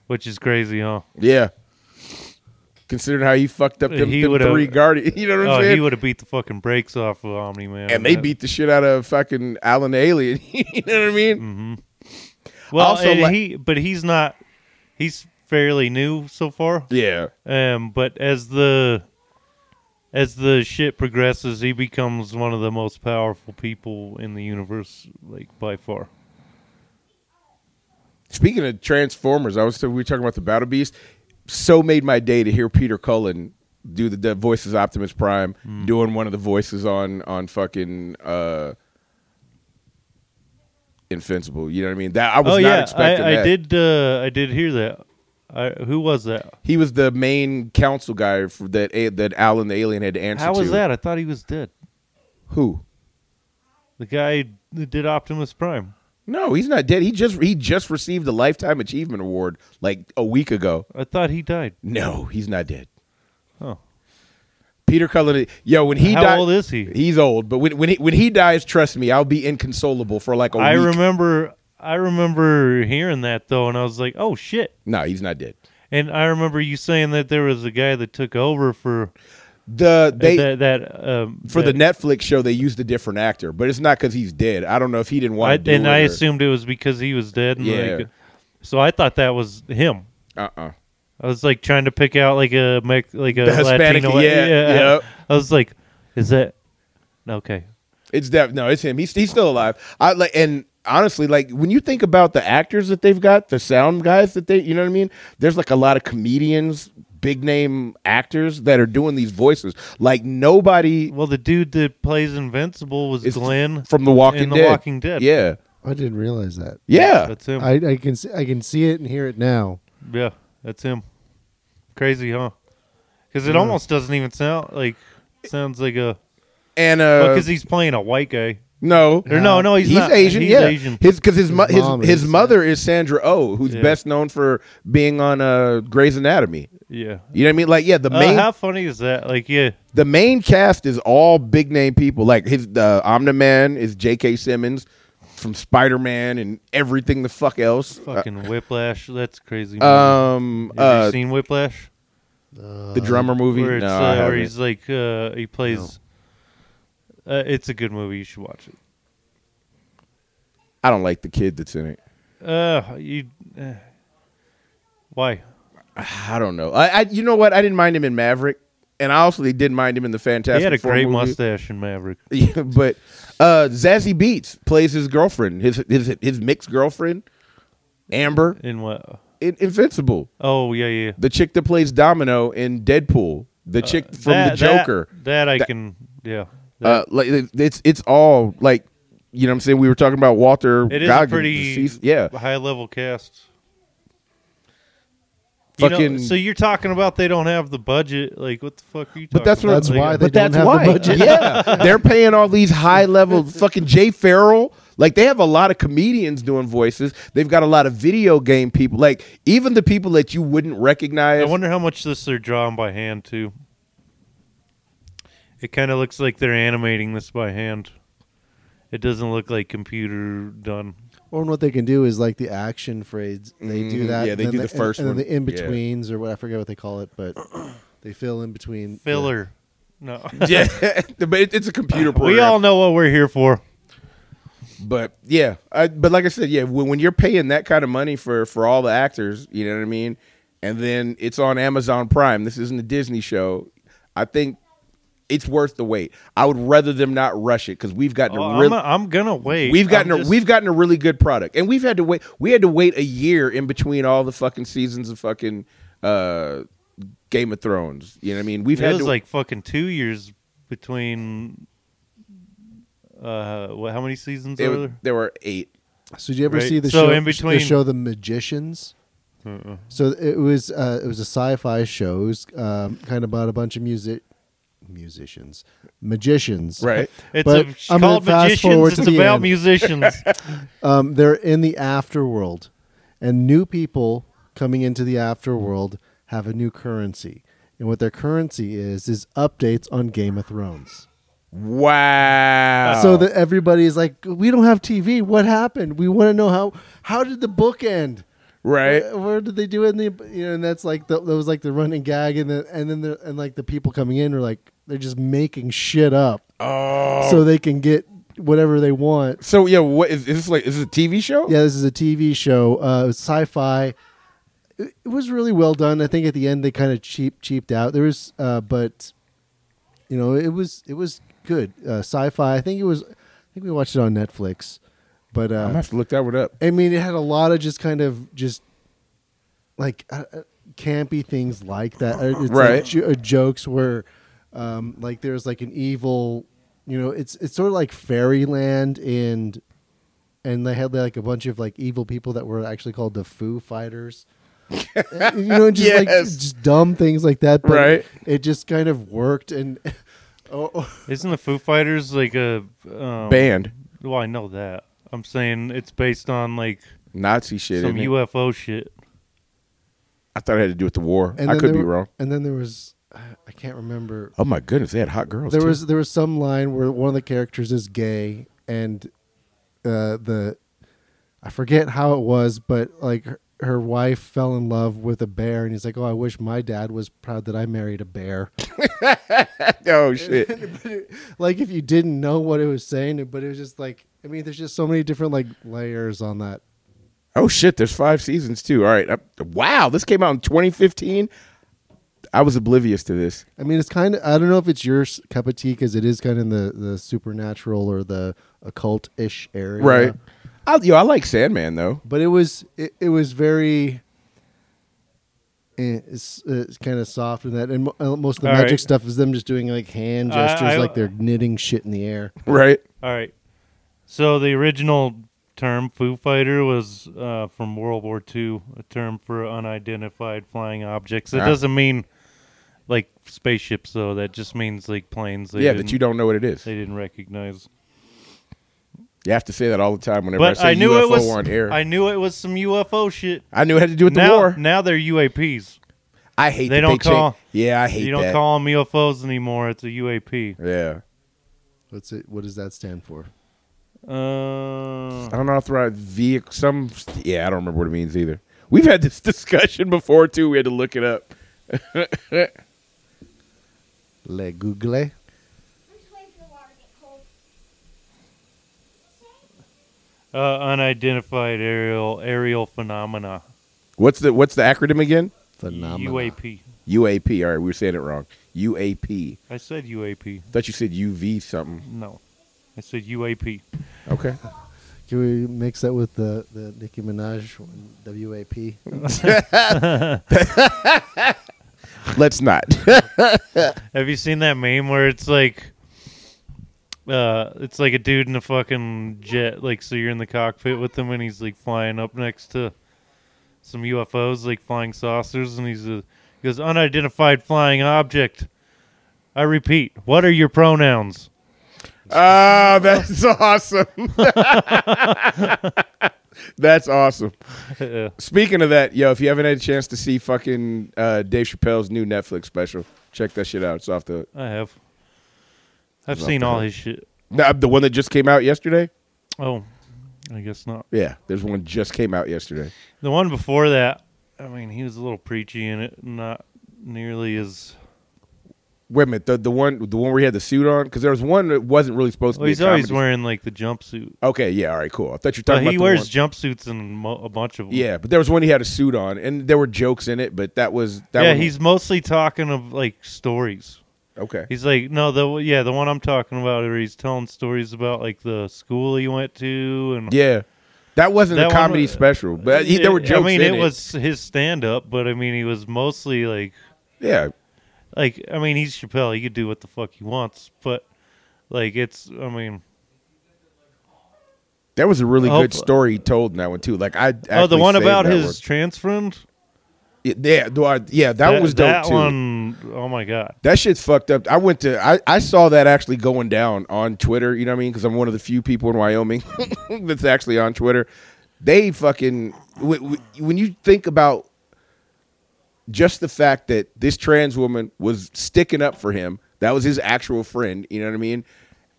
Which is crazy, huh? Yeah. Considering how he fucked up them, He them would've- three guardians, you know what I'm Oh, saying? he would have beat the fucking brakes off of Omni Man. and they beat the shit out of fucking Alan Alien. you know what I mean? Mm. Well, also, and like- he, but he's not. He's fairly new so far. Yeah. Um, but as the as the shit progresses, he becomes one of the most powerful people in the universe, like by far. Speaking of Transformers, I was we were talking about the Battle Beast. So made my day to hear Peter Cullen do the, the voices of Optimus Prime Mm. doing one of the voices on on fucking uh Invincible. You know what I mean? That I was not oh yeah, expecting I, I that. did. Uh, I did hear that. I, who was that? He was the main council guy for that a- that Alan the alien had to answer How to. was that? I thought he was dead. Who? The guy that did Optimus Prime. No, he's not dead. He just he just received a lifetime achievement award like a week ago. I thought he died. No, he's not dead. Huh. Peter Cullen, yo, when he How died, old is he? He's old, but when when he, when he dies, trust me, I'll be inconsolable for like a I week. remember. I remember hearing that though, and I was like, "Oh shit!" No, he's not dead. And I remember you saying that there was a guy that took over for The they that that um, for that, the Netflix show they used a different actor, but it's not because he's dead. I don't know if he didn't want I, to do and it. I or- assumed it was because he was dead. And Yeah. like- so I thought that was him. uh-uh. I was like trying to pick out like a Mex- like a The Hispanic, Latino. yeah, yep. I was like, is that okay? It's def- no, it's him. He's he's still alive. I like and honestly, like when you think about the actors that they've got, the sound guys that they, you know what I mean. There's like a lot of comedians, big name actors that are doing these voices. Like nobody Well, the dude that plays Invincible was is Glenn from The Walking in The Dead. Walking Dead. Yeah, I didn't realize that. yeah. That's him. I, I can see, I can see it and hear it now. yeah, that's him. Crazy, huh? Because it almost doesn't even sound like sounds like a and uh, because he's playing a white guy. no, Or no, no, he's, he's not. Asian. He's yeah, Asian. his because his His mo- his, mom his, is, mother is Sandra Oh, who's Yeah. best known for being on uh, Grey's Anatomy. yeah. You know what I mean? Like, yeah, the Uh, main how funny is that? Like, yeah. the main cast is all big name people. Like his uh, Omni Man is J.K. Simmons from Spider Man and everything the fuck else. Fucking Whiplash. That's crazy. Uh, um, Have you uh, seen Whiplash? the drummer movie. Where, it's, No, I uh, where haven't. he's like, uh, he plays. Uh, it's a good movie. You should watch it. I don't like the kid that's in it. Uh, you. Uh, why? I don't know. I, I you know what? I didn't mind him in Maverick, and I also didn't mind him in the Fantastic. he had a Four great movie. mustache in Maverick. Yeah, but uh, Zazie Beats plays his girlfriend, his his his mixed girlfriend, Amber In what? in Invincible. Oh yeah, yeah. The chick that plays Domino in Deadpool. The chick from Uh, That- the Joker. That, that I That- can. Yeah. uh, like it- it's it's all like you know what I'm saying. We were talking about Walter. It is a Goggins, pretty deceased- yeah. high level cast. you know, Fucking- so you're talking about they don't have the budget? Like what the fuck are you? But Talking that's what- about? That's Like, why they But don't that's have why, the budget. yeah, they're paying all these high level fucking Jay Farrell. Like they have a lot of comedians doing voices. They've got a lot of video game people. Like even the people that you wouldn't recognize. I wonder how much this they're drawing by hand too. It kind of looks like they're animating this by hand. It doesn't look like computer done. Or what they can do is like the action phrase. They do Mhm, that. yeah, and they then do the first and, and one. then the in Yeah. betweens or what I forget what they call it, but they fill in between the- Filler. No. yeah, but it, it's a computer program. we all know what we're here for. But yeah, I, but like I said, yeah, when, when you're paying that kind of money for for all the actors, you know what I mean, and then it's on Amazon Prime. This isn't a Disney show. I think it's worth the wait. I would rather them not rush it because we've gotten Oh, a I'm, really not- I'm gonna wait. we've gotten I'm a, just- we've gotten a really good product, and we've had to wait. We had to wait a year in between all the fucking seasons of fucking uh, Game of Thrones. You know what I mean? We've It had was to, like fucking two years between. Uh, what? How many seasons it are was- there? there were eight. So did you ever Right. see the So show? in between- the show, The Magicians. So it was uh, it was a sci-fi show. It was um, kind of about a bunch of music musicians, magicians. Right. It's But a, I'm gonna called fast forward Magicians. to It's the about end. musicians. Um, they're in the afterworld, and new people coming into the afterworld have a new currency, and what their currency is is updates on Game of Thrones. Wow. So that everybody's like, we don't have TV. What happened? We want to know how how did the book end? right. Where, where did they do it? In the, you know, and that's like the, that was like the running gag, and then and then the, and like the people coming in are like they're just making shit up Oh. so they can get whatever they want. So yeah, what is, is this like? Is this a TV show? Yeah, this is a TV show, uh, it was sci-fi. It, it was really well done. I think at the end they kind of cheap cheaped out. There was, uh, but you know, it was it was good uh, sci-fi. I think it was. I think we watched it on Netflix, but uh, I'm gonna have to look that one up. I mean, it had a lot of just kind of just like uh, uh, campy things like that. Uh, It's like Right. jo- uh, jokes where, um, like there's like an evil, you know, it's it's sort of like fairyland and and they had like a bunch of like evil people that were actually called the Foo Fighters. you know, just like Yes. just dumb things like that. But Right. It just kind of worked and. Oh, Isn't the Foo Fighters like a um, Band. Well, I know that. I'm saying it's based on like Nazi shit. some isn't it? UFO shit. I thought it had to do with the war. and I then could there be were- wrong. And then there was, uh, I can't remember. Oh my goodness, they had hot girls. there too. was there was some line where one of the characters is gay and uh, the I forget how it was, but like her, her wife fell in love with a bear, and he's like, "Oh, I wish my dad was proud that I married a bear." oh shit. like if you didn't know what it was saying, but it was just like I mean, there's just so many different like layers on that. Oh shit, there's five seasons too. All right. I- wow, this came out in 2015. I was oblivious to this. I mean, it's kind of I don't know if it's your s- cup of tea because it is kind of in the the supernatural or the occult ish area, Right. I, yo, I like Sandman though. but it was it, it was very eh, it's, it's kind of soft in that and mo- uh, most of the All magic right. stuff is them just doing like hand I- gestures I- like they're knitting shit in the air Right. All right. So the original term Foo Fighter was uh, from World War II, a term for unidentified flying objects. It Ah. doesn't mean like spaceships, though. That just means like planes. They yeah, didn't- that you don't know what it is. They didn't recognize. You have to say that all the time whenever I But say I, knew UFO it was. on air. I I, knew it was some UFO shit. knew it had to do with the now, war. now they're UAPs. I hate they that don't change- call- Yeah, I hate you don't that. call them UFOs anymore. It's a UAP. yeah. what's it what does that stand for Uh, unauthorized vehicle. Some, yeah, I don't remember what it means either. We've had this discussion before too. We had to look it up. le google I'm just waiting for the water to get cold. uh, unidentified aerial aerial phenomena. What's the what's the acronym again? phenomenon UAP. UAP. All right, we were saying it wrong. UAP. I said UAP. Thought you said UV something. No, I said UAP. Okay. can we mix that with the the Nicki Minaj one, WAP Let's not. Have you seen that meme where it's like, uh, it's like a dude in a fucking jet. Like, so you're in the cockpit with him, and he's like flying up next to some UFOs, like flying saucers, and he's a he goes unidentified flying object. I repeat, what are your pronouns? Ah, that's awesome. that's awesome. Uh, Speaking of that, yo, if you haven't had a chance to see fucking uh, Dave Chappelle's new Netflix special, check that shit out. It's off the I have. I've seen all his shit. Nah, the one that just came out yesterday. Oh, I guess not. Yeah, there's one just came out yesterday. The one before that, I mean, he was a little preachy in it, not nearly as. Wait a minute, the, the one the one where he had the suit on because there was one that wasn't really supposed to Well, be. a he's always comedy. wearing like the jumpsuit. Okay, yeah, all right, cool. I thought you were But talking about he the wears one- jumpsuits in mo- a bunch of them. yeah, but there was one he had a suit on, and there were jokes in it, but that was that. yeah. one- He's mostly talking of like stories. okay. He's like, no, the yeah, the one I'm talking about, where he's telling stories about like the school he went to, and yeah, that wasn't That a one comedy was- special, but he, there were jokes. I mean, in it was his stand up, but I mean, he was mostly like yeah, like I mean he's Chappelle, he could do what the fuck he wants, but like it's I mean That was a really Oh, good but- story he told in that one too. Like I Oh, the actually one saved about that his one. trans friend. Yeah, yeah, do I- yeah, that, was dope that too. one oh my god. That shit's fucked up. I went to I, I saw that actually going down on Twitter. You know what I mean? Because I'm one of the few people in Wyoming that's actually on Twitter. They fucking w- w- when you think about just the fact that this trans woman was sticking up for him. That was his actual friend. You know what I mean?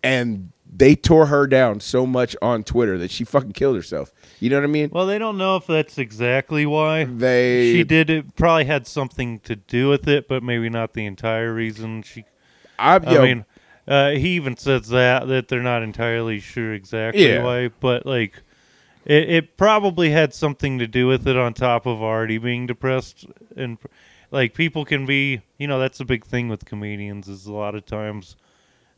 And they tore her down so much on Twitter that she fucking killed herself. You know what I mean? Well, they don't know if that's exactly why They- she did it. Probably had something to do with it, but maybe not the entire reason. She, I, I yo, mean, uh, he even says that that they're not entirely sure exactly Yeah. why, but like, it, it probably had something to do with it. On top of already being depressed, and like people can be, you know, that's a big thing with comedians is a lot of times.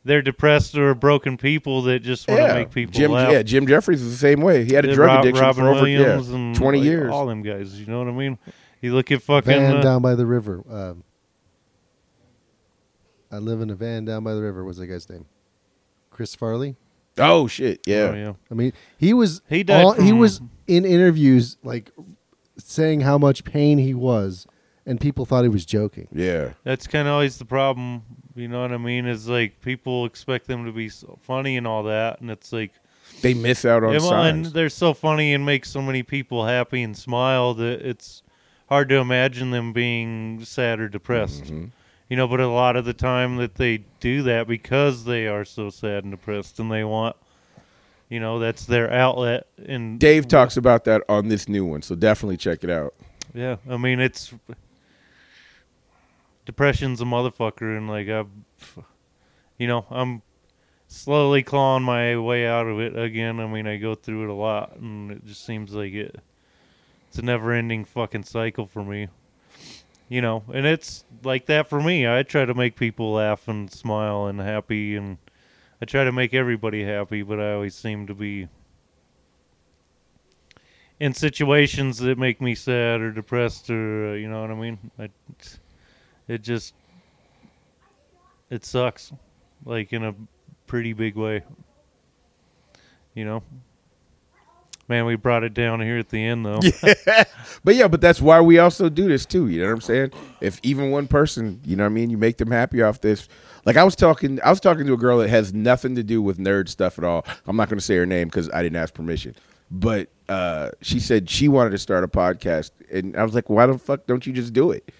They're depressed or broken people that just want to yeah, make people Jim, laugh. yeah, Jim Jeffries was the same way. He had a Yeah, drug Rob- addiction Robin for over Williams yeah, and 20 like, years. All them guys, you know what I mean? You look at fucking van uh, down by the river. Um, I live in a van down by the river. What's that guy's name? Chris Farley. Oh shit! Yeah. oh, yeah. I mean, he was He Mm-hmm. died he from- was in interviews like saying how much pain he was, and people thought he was joking. Yeah. That's kind of always the problem. You know what I mean? Is like people expect them to be so funny and all that, and it's like, They miss out on and, well, and signs. they're so funny and make so many people happy and smile that it's hard to imagine them being sad or depressed. Mm-hmm. You know, but a lot of the time that they do that because they are so sad and depressed, and they want, you know, that's their outlet. And Dave talks about that on this new one, so definitely check it out. Yeah, I mean it's depression's a motherfucker, and like I, you know, I'm slowly clawing my way out of it again. I mean, I go through it a lot, and it just seems like it. It's a never-ending fucking cycle for me. You know, and it's like that for me. I try to make people laugh and smile and happy, and I try to make everybody happy, but I always seem to be in situations that make me sad or depressed or uh, you know what I mean. I, it just it sucks, like in a pretty big way. You know, man, we brought it down here at the end though. But yeah, but that's why we also do this too. You know what I'm saying? If even one person, you know what I mean, you make them happy off this. Like I was talking, I was talking to a girl that has nothing to do with nerd stuff at all. I'm not going to say her name because I didn't ask permission. But uh, she said she wanted to start a podcast, and I was like, "Why the fuck don't you just do it?"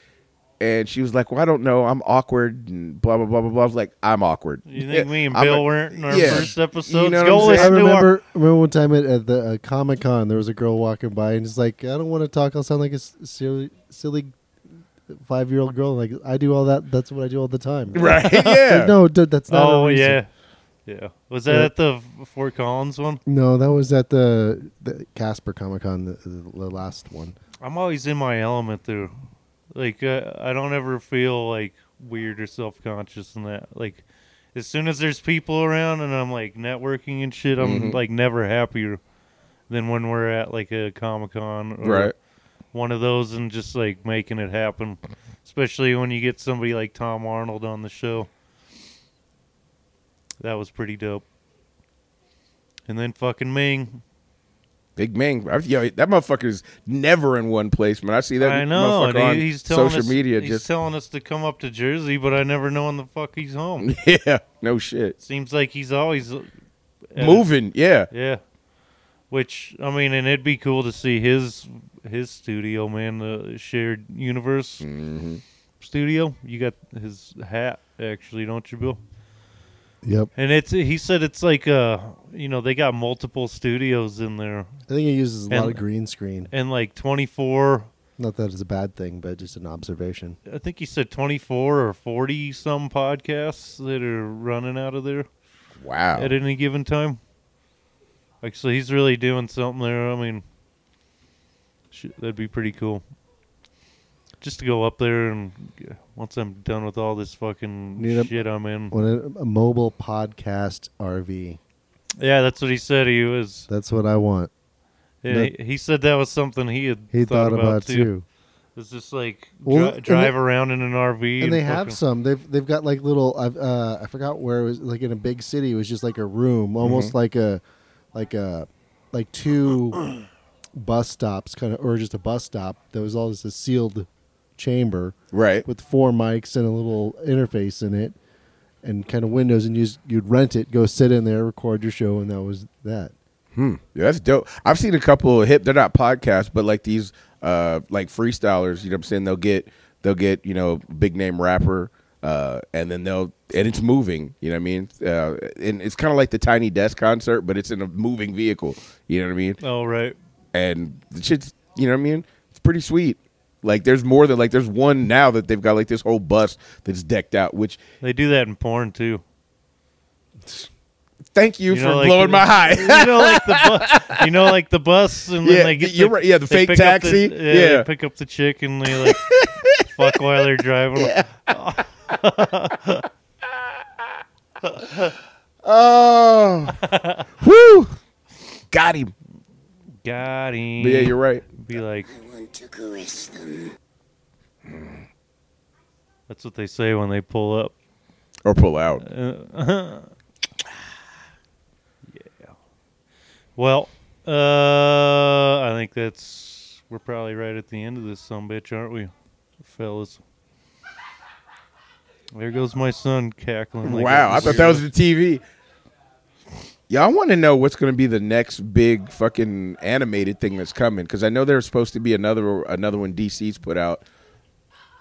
And she was like, "Well, I don't know. I'm awkward and blah blah blah blah blah." I was like, "I'm awkward." You think me and I'm Bill a- weren't in our yeah. first You episodes? know what Go I'm saying? listen I to our- remember remember one time at, at the uh, Comic Con, there was a girl walking by and it's like, I don't want to talk. I'll sound like a s- silly, silly five year old girl. Like I do all that. That's what I do all the time. Right? Yeah. Like, no, dude, that's not. a Oh reason. yeah, yeah. Was that Yeah. at the Fort Collins one? No, that was at the, the Casper Comic Con, the, the, the last one. I'm always in my element though. Like uh, I don't ever feel like weird or self conscious in that. Like as soon as there's people around and I'm like networking and shit, I'm like never happier than when we're at like a comic con or Right. one of those and just like making it happen. Especially when you get somebody like Tom Arnold on the show. That was pretty dope. And then fucking Ming. Big Ming. I, yo, that motherfucker's never in one place, man. I see that I know. motherfucker and he- on he's telling social us, media. He's Just telling us to come up to Jersey, but I never know when the fuck he's home. yeah, no shit. Seems like he's always uh, at a- Moving, yeah. yeah. Which I mean, and it'd be cool to see his his studio, man, the shared universe Mm-hmm. studio. You got his hat, actually, don't you, Bill? Yep. And it's he said it's like uh, you know, they got multiple studios in there, I think it uses a lot And- of green screen. and like twenty four Not that it's a bad thing, but just an observation. I think he said 24 or 40 some podcasts that are running out of there Wow. at any given time. Like, so he's really doing something there. I mean, shit, that'd be pretty cool. Just to go up there and g- once I'm done with all this fucking Need a- shit I'm in. When a, a mobile podcast RV, Yeah, that's what he said. He was. that's what I want. and that- he, he said that was something he had He thought, about, too. too. It's just like Well, dri- and drive they- around in an RV. and they have fucking- some. They've they've got like little. I've uh, I forgot where it was. Like in a big city, it was just like a room, almost like a like a like two bus stops, kind of, or just a bus stop that was all just a sealed chamber Right. with four mics and a little interface in it, and kind of windows, and you just- you'd rent it, go sit in there, record your show, and that was that. Yeah, that's dope. I've seen a couple of hip. They're not podcasts, but like these, uh, like freestylers. You know what I'm saying? They'll get they'll get you know big name rapper, uh, and then they'll and it's moving. You know what I mean? Uh, and it's kind of like the Tiny Desk concert, but it's in a moving vehicle. You know what I mean? Oh right. And the shit's you know what I mean? It's pretty sweet. Like there's more than like there's one now that they've got like this whole bus that's decked out. Which They do that in porn too. thank you, You for know, like- blowing my high. you know, like the bu- you know, like the bus, and Yeah, then they get you're right. Yeah, the they fake pick up taxi. the- yeah, Yeah. They pick up the chick and they like fuck while they're driving. oh, woo, got him. Got him. But yeah, you're right. Be like, want to caress them. that's what they say when they pull up. Or pull out. Well, uh, I think that's we're probably right at the end of this some bitch, aren't we, fellas? There goes my son cackling. like wow, a I thought that weirdo. was the TV. Y'all want to know what's going to be the next big fucking animated thing that's coming? Because I know there's supposed to be another another one DC's put out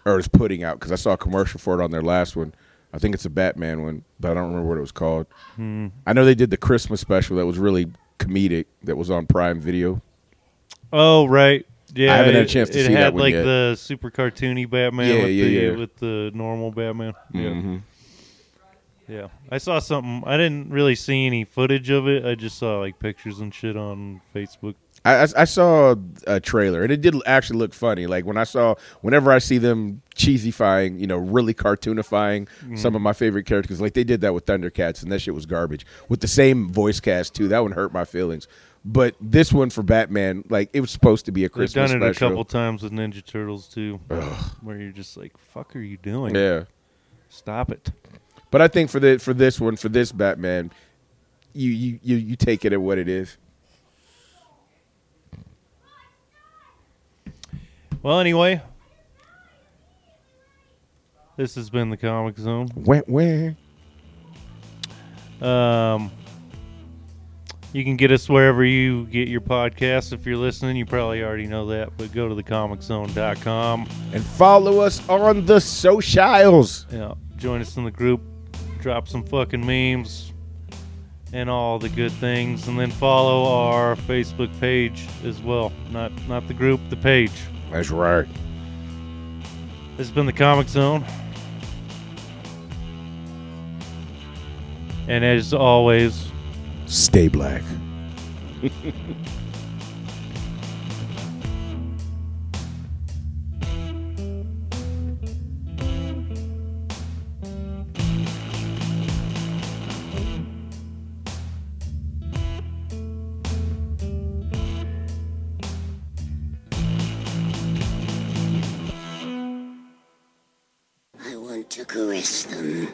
or is putting out. Because I saw a commercial for it on their last one. I think it's a Batman one, but I don't remember what it was called. I know they did the Christmas special that was really comedic that was on Prime Video. Oh right. Yeah, haven't had a it- chance to it see that had one like yet. the super cartoony Batman Yeah, with yeah, the yeah. Mm-hmm. with the normal Batman. Yeah. Yeah. I saw something I didn't really see any footage of it. I just saw like pictures and shit on Facebook. I, I, I saw a trailer and it did actually look funny. Like when I saw, whenever I see them cheesifying, you know, really cartoonifying Mm-hmm. some of my favorite characters, like they did that with Thundercats and that shit was garbage with the same voice cast too. That one hurt my feelings. But this one for Batman, like it was supposed to be a They've Christmas done it special. a couple times with Ninja Turtles too. Where you're just like, fuck are you doing? yeah, Stop it. but I think for the for this one for this Batman, you you you, you take it at what it is. Well anyway. This has been the Comic Zone. Wah, wah. Um, you can get us wherever you get your podcasts. If you're listening, you probably already know that, but go to thecomiczone.com. And follow us on the socials. Yeah, join us in the group, drop some fucking memes and all the good things, and then follow our Facebook page as well. Not not the group, the page. That's right. This has been the Comic Zone. And as always, Stay black. I want to caress them.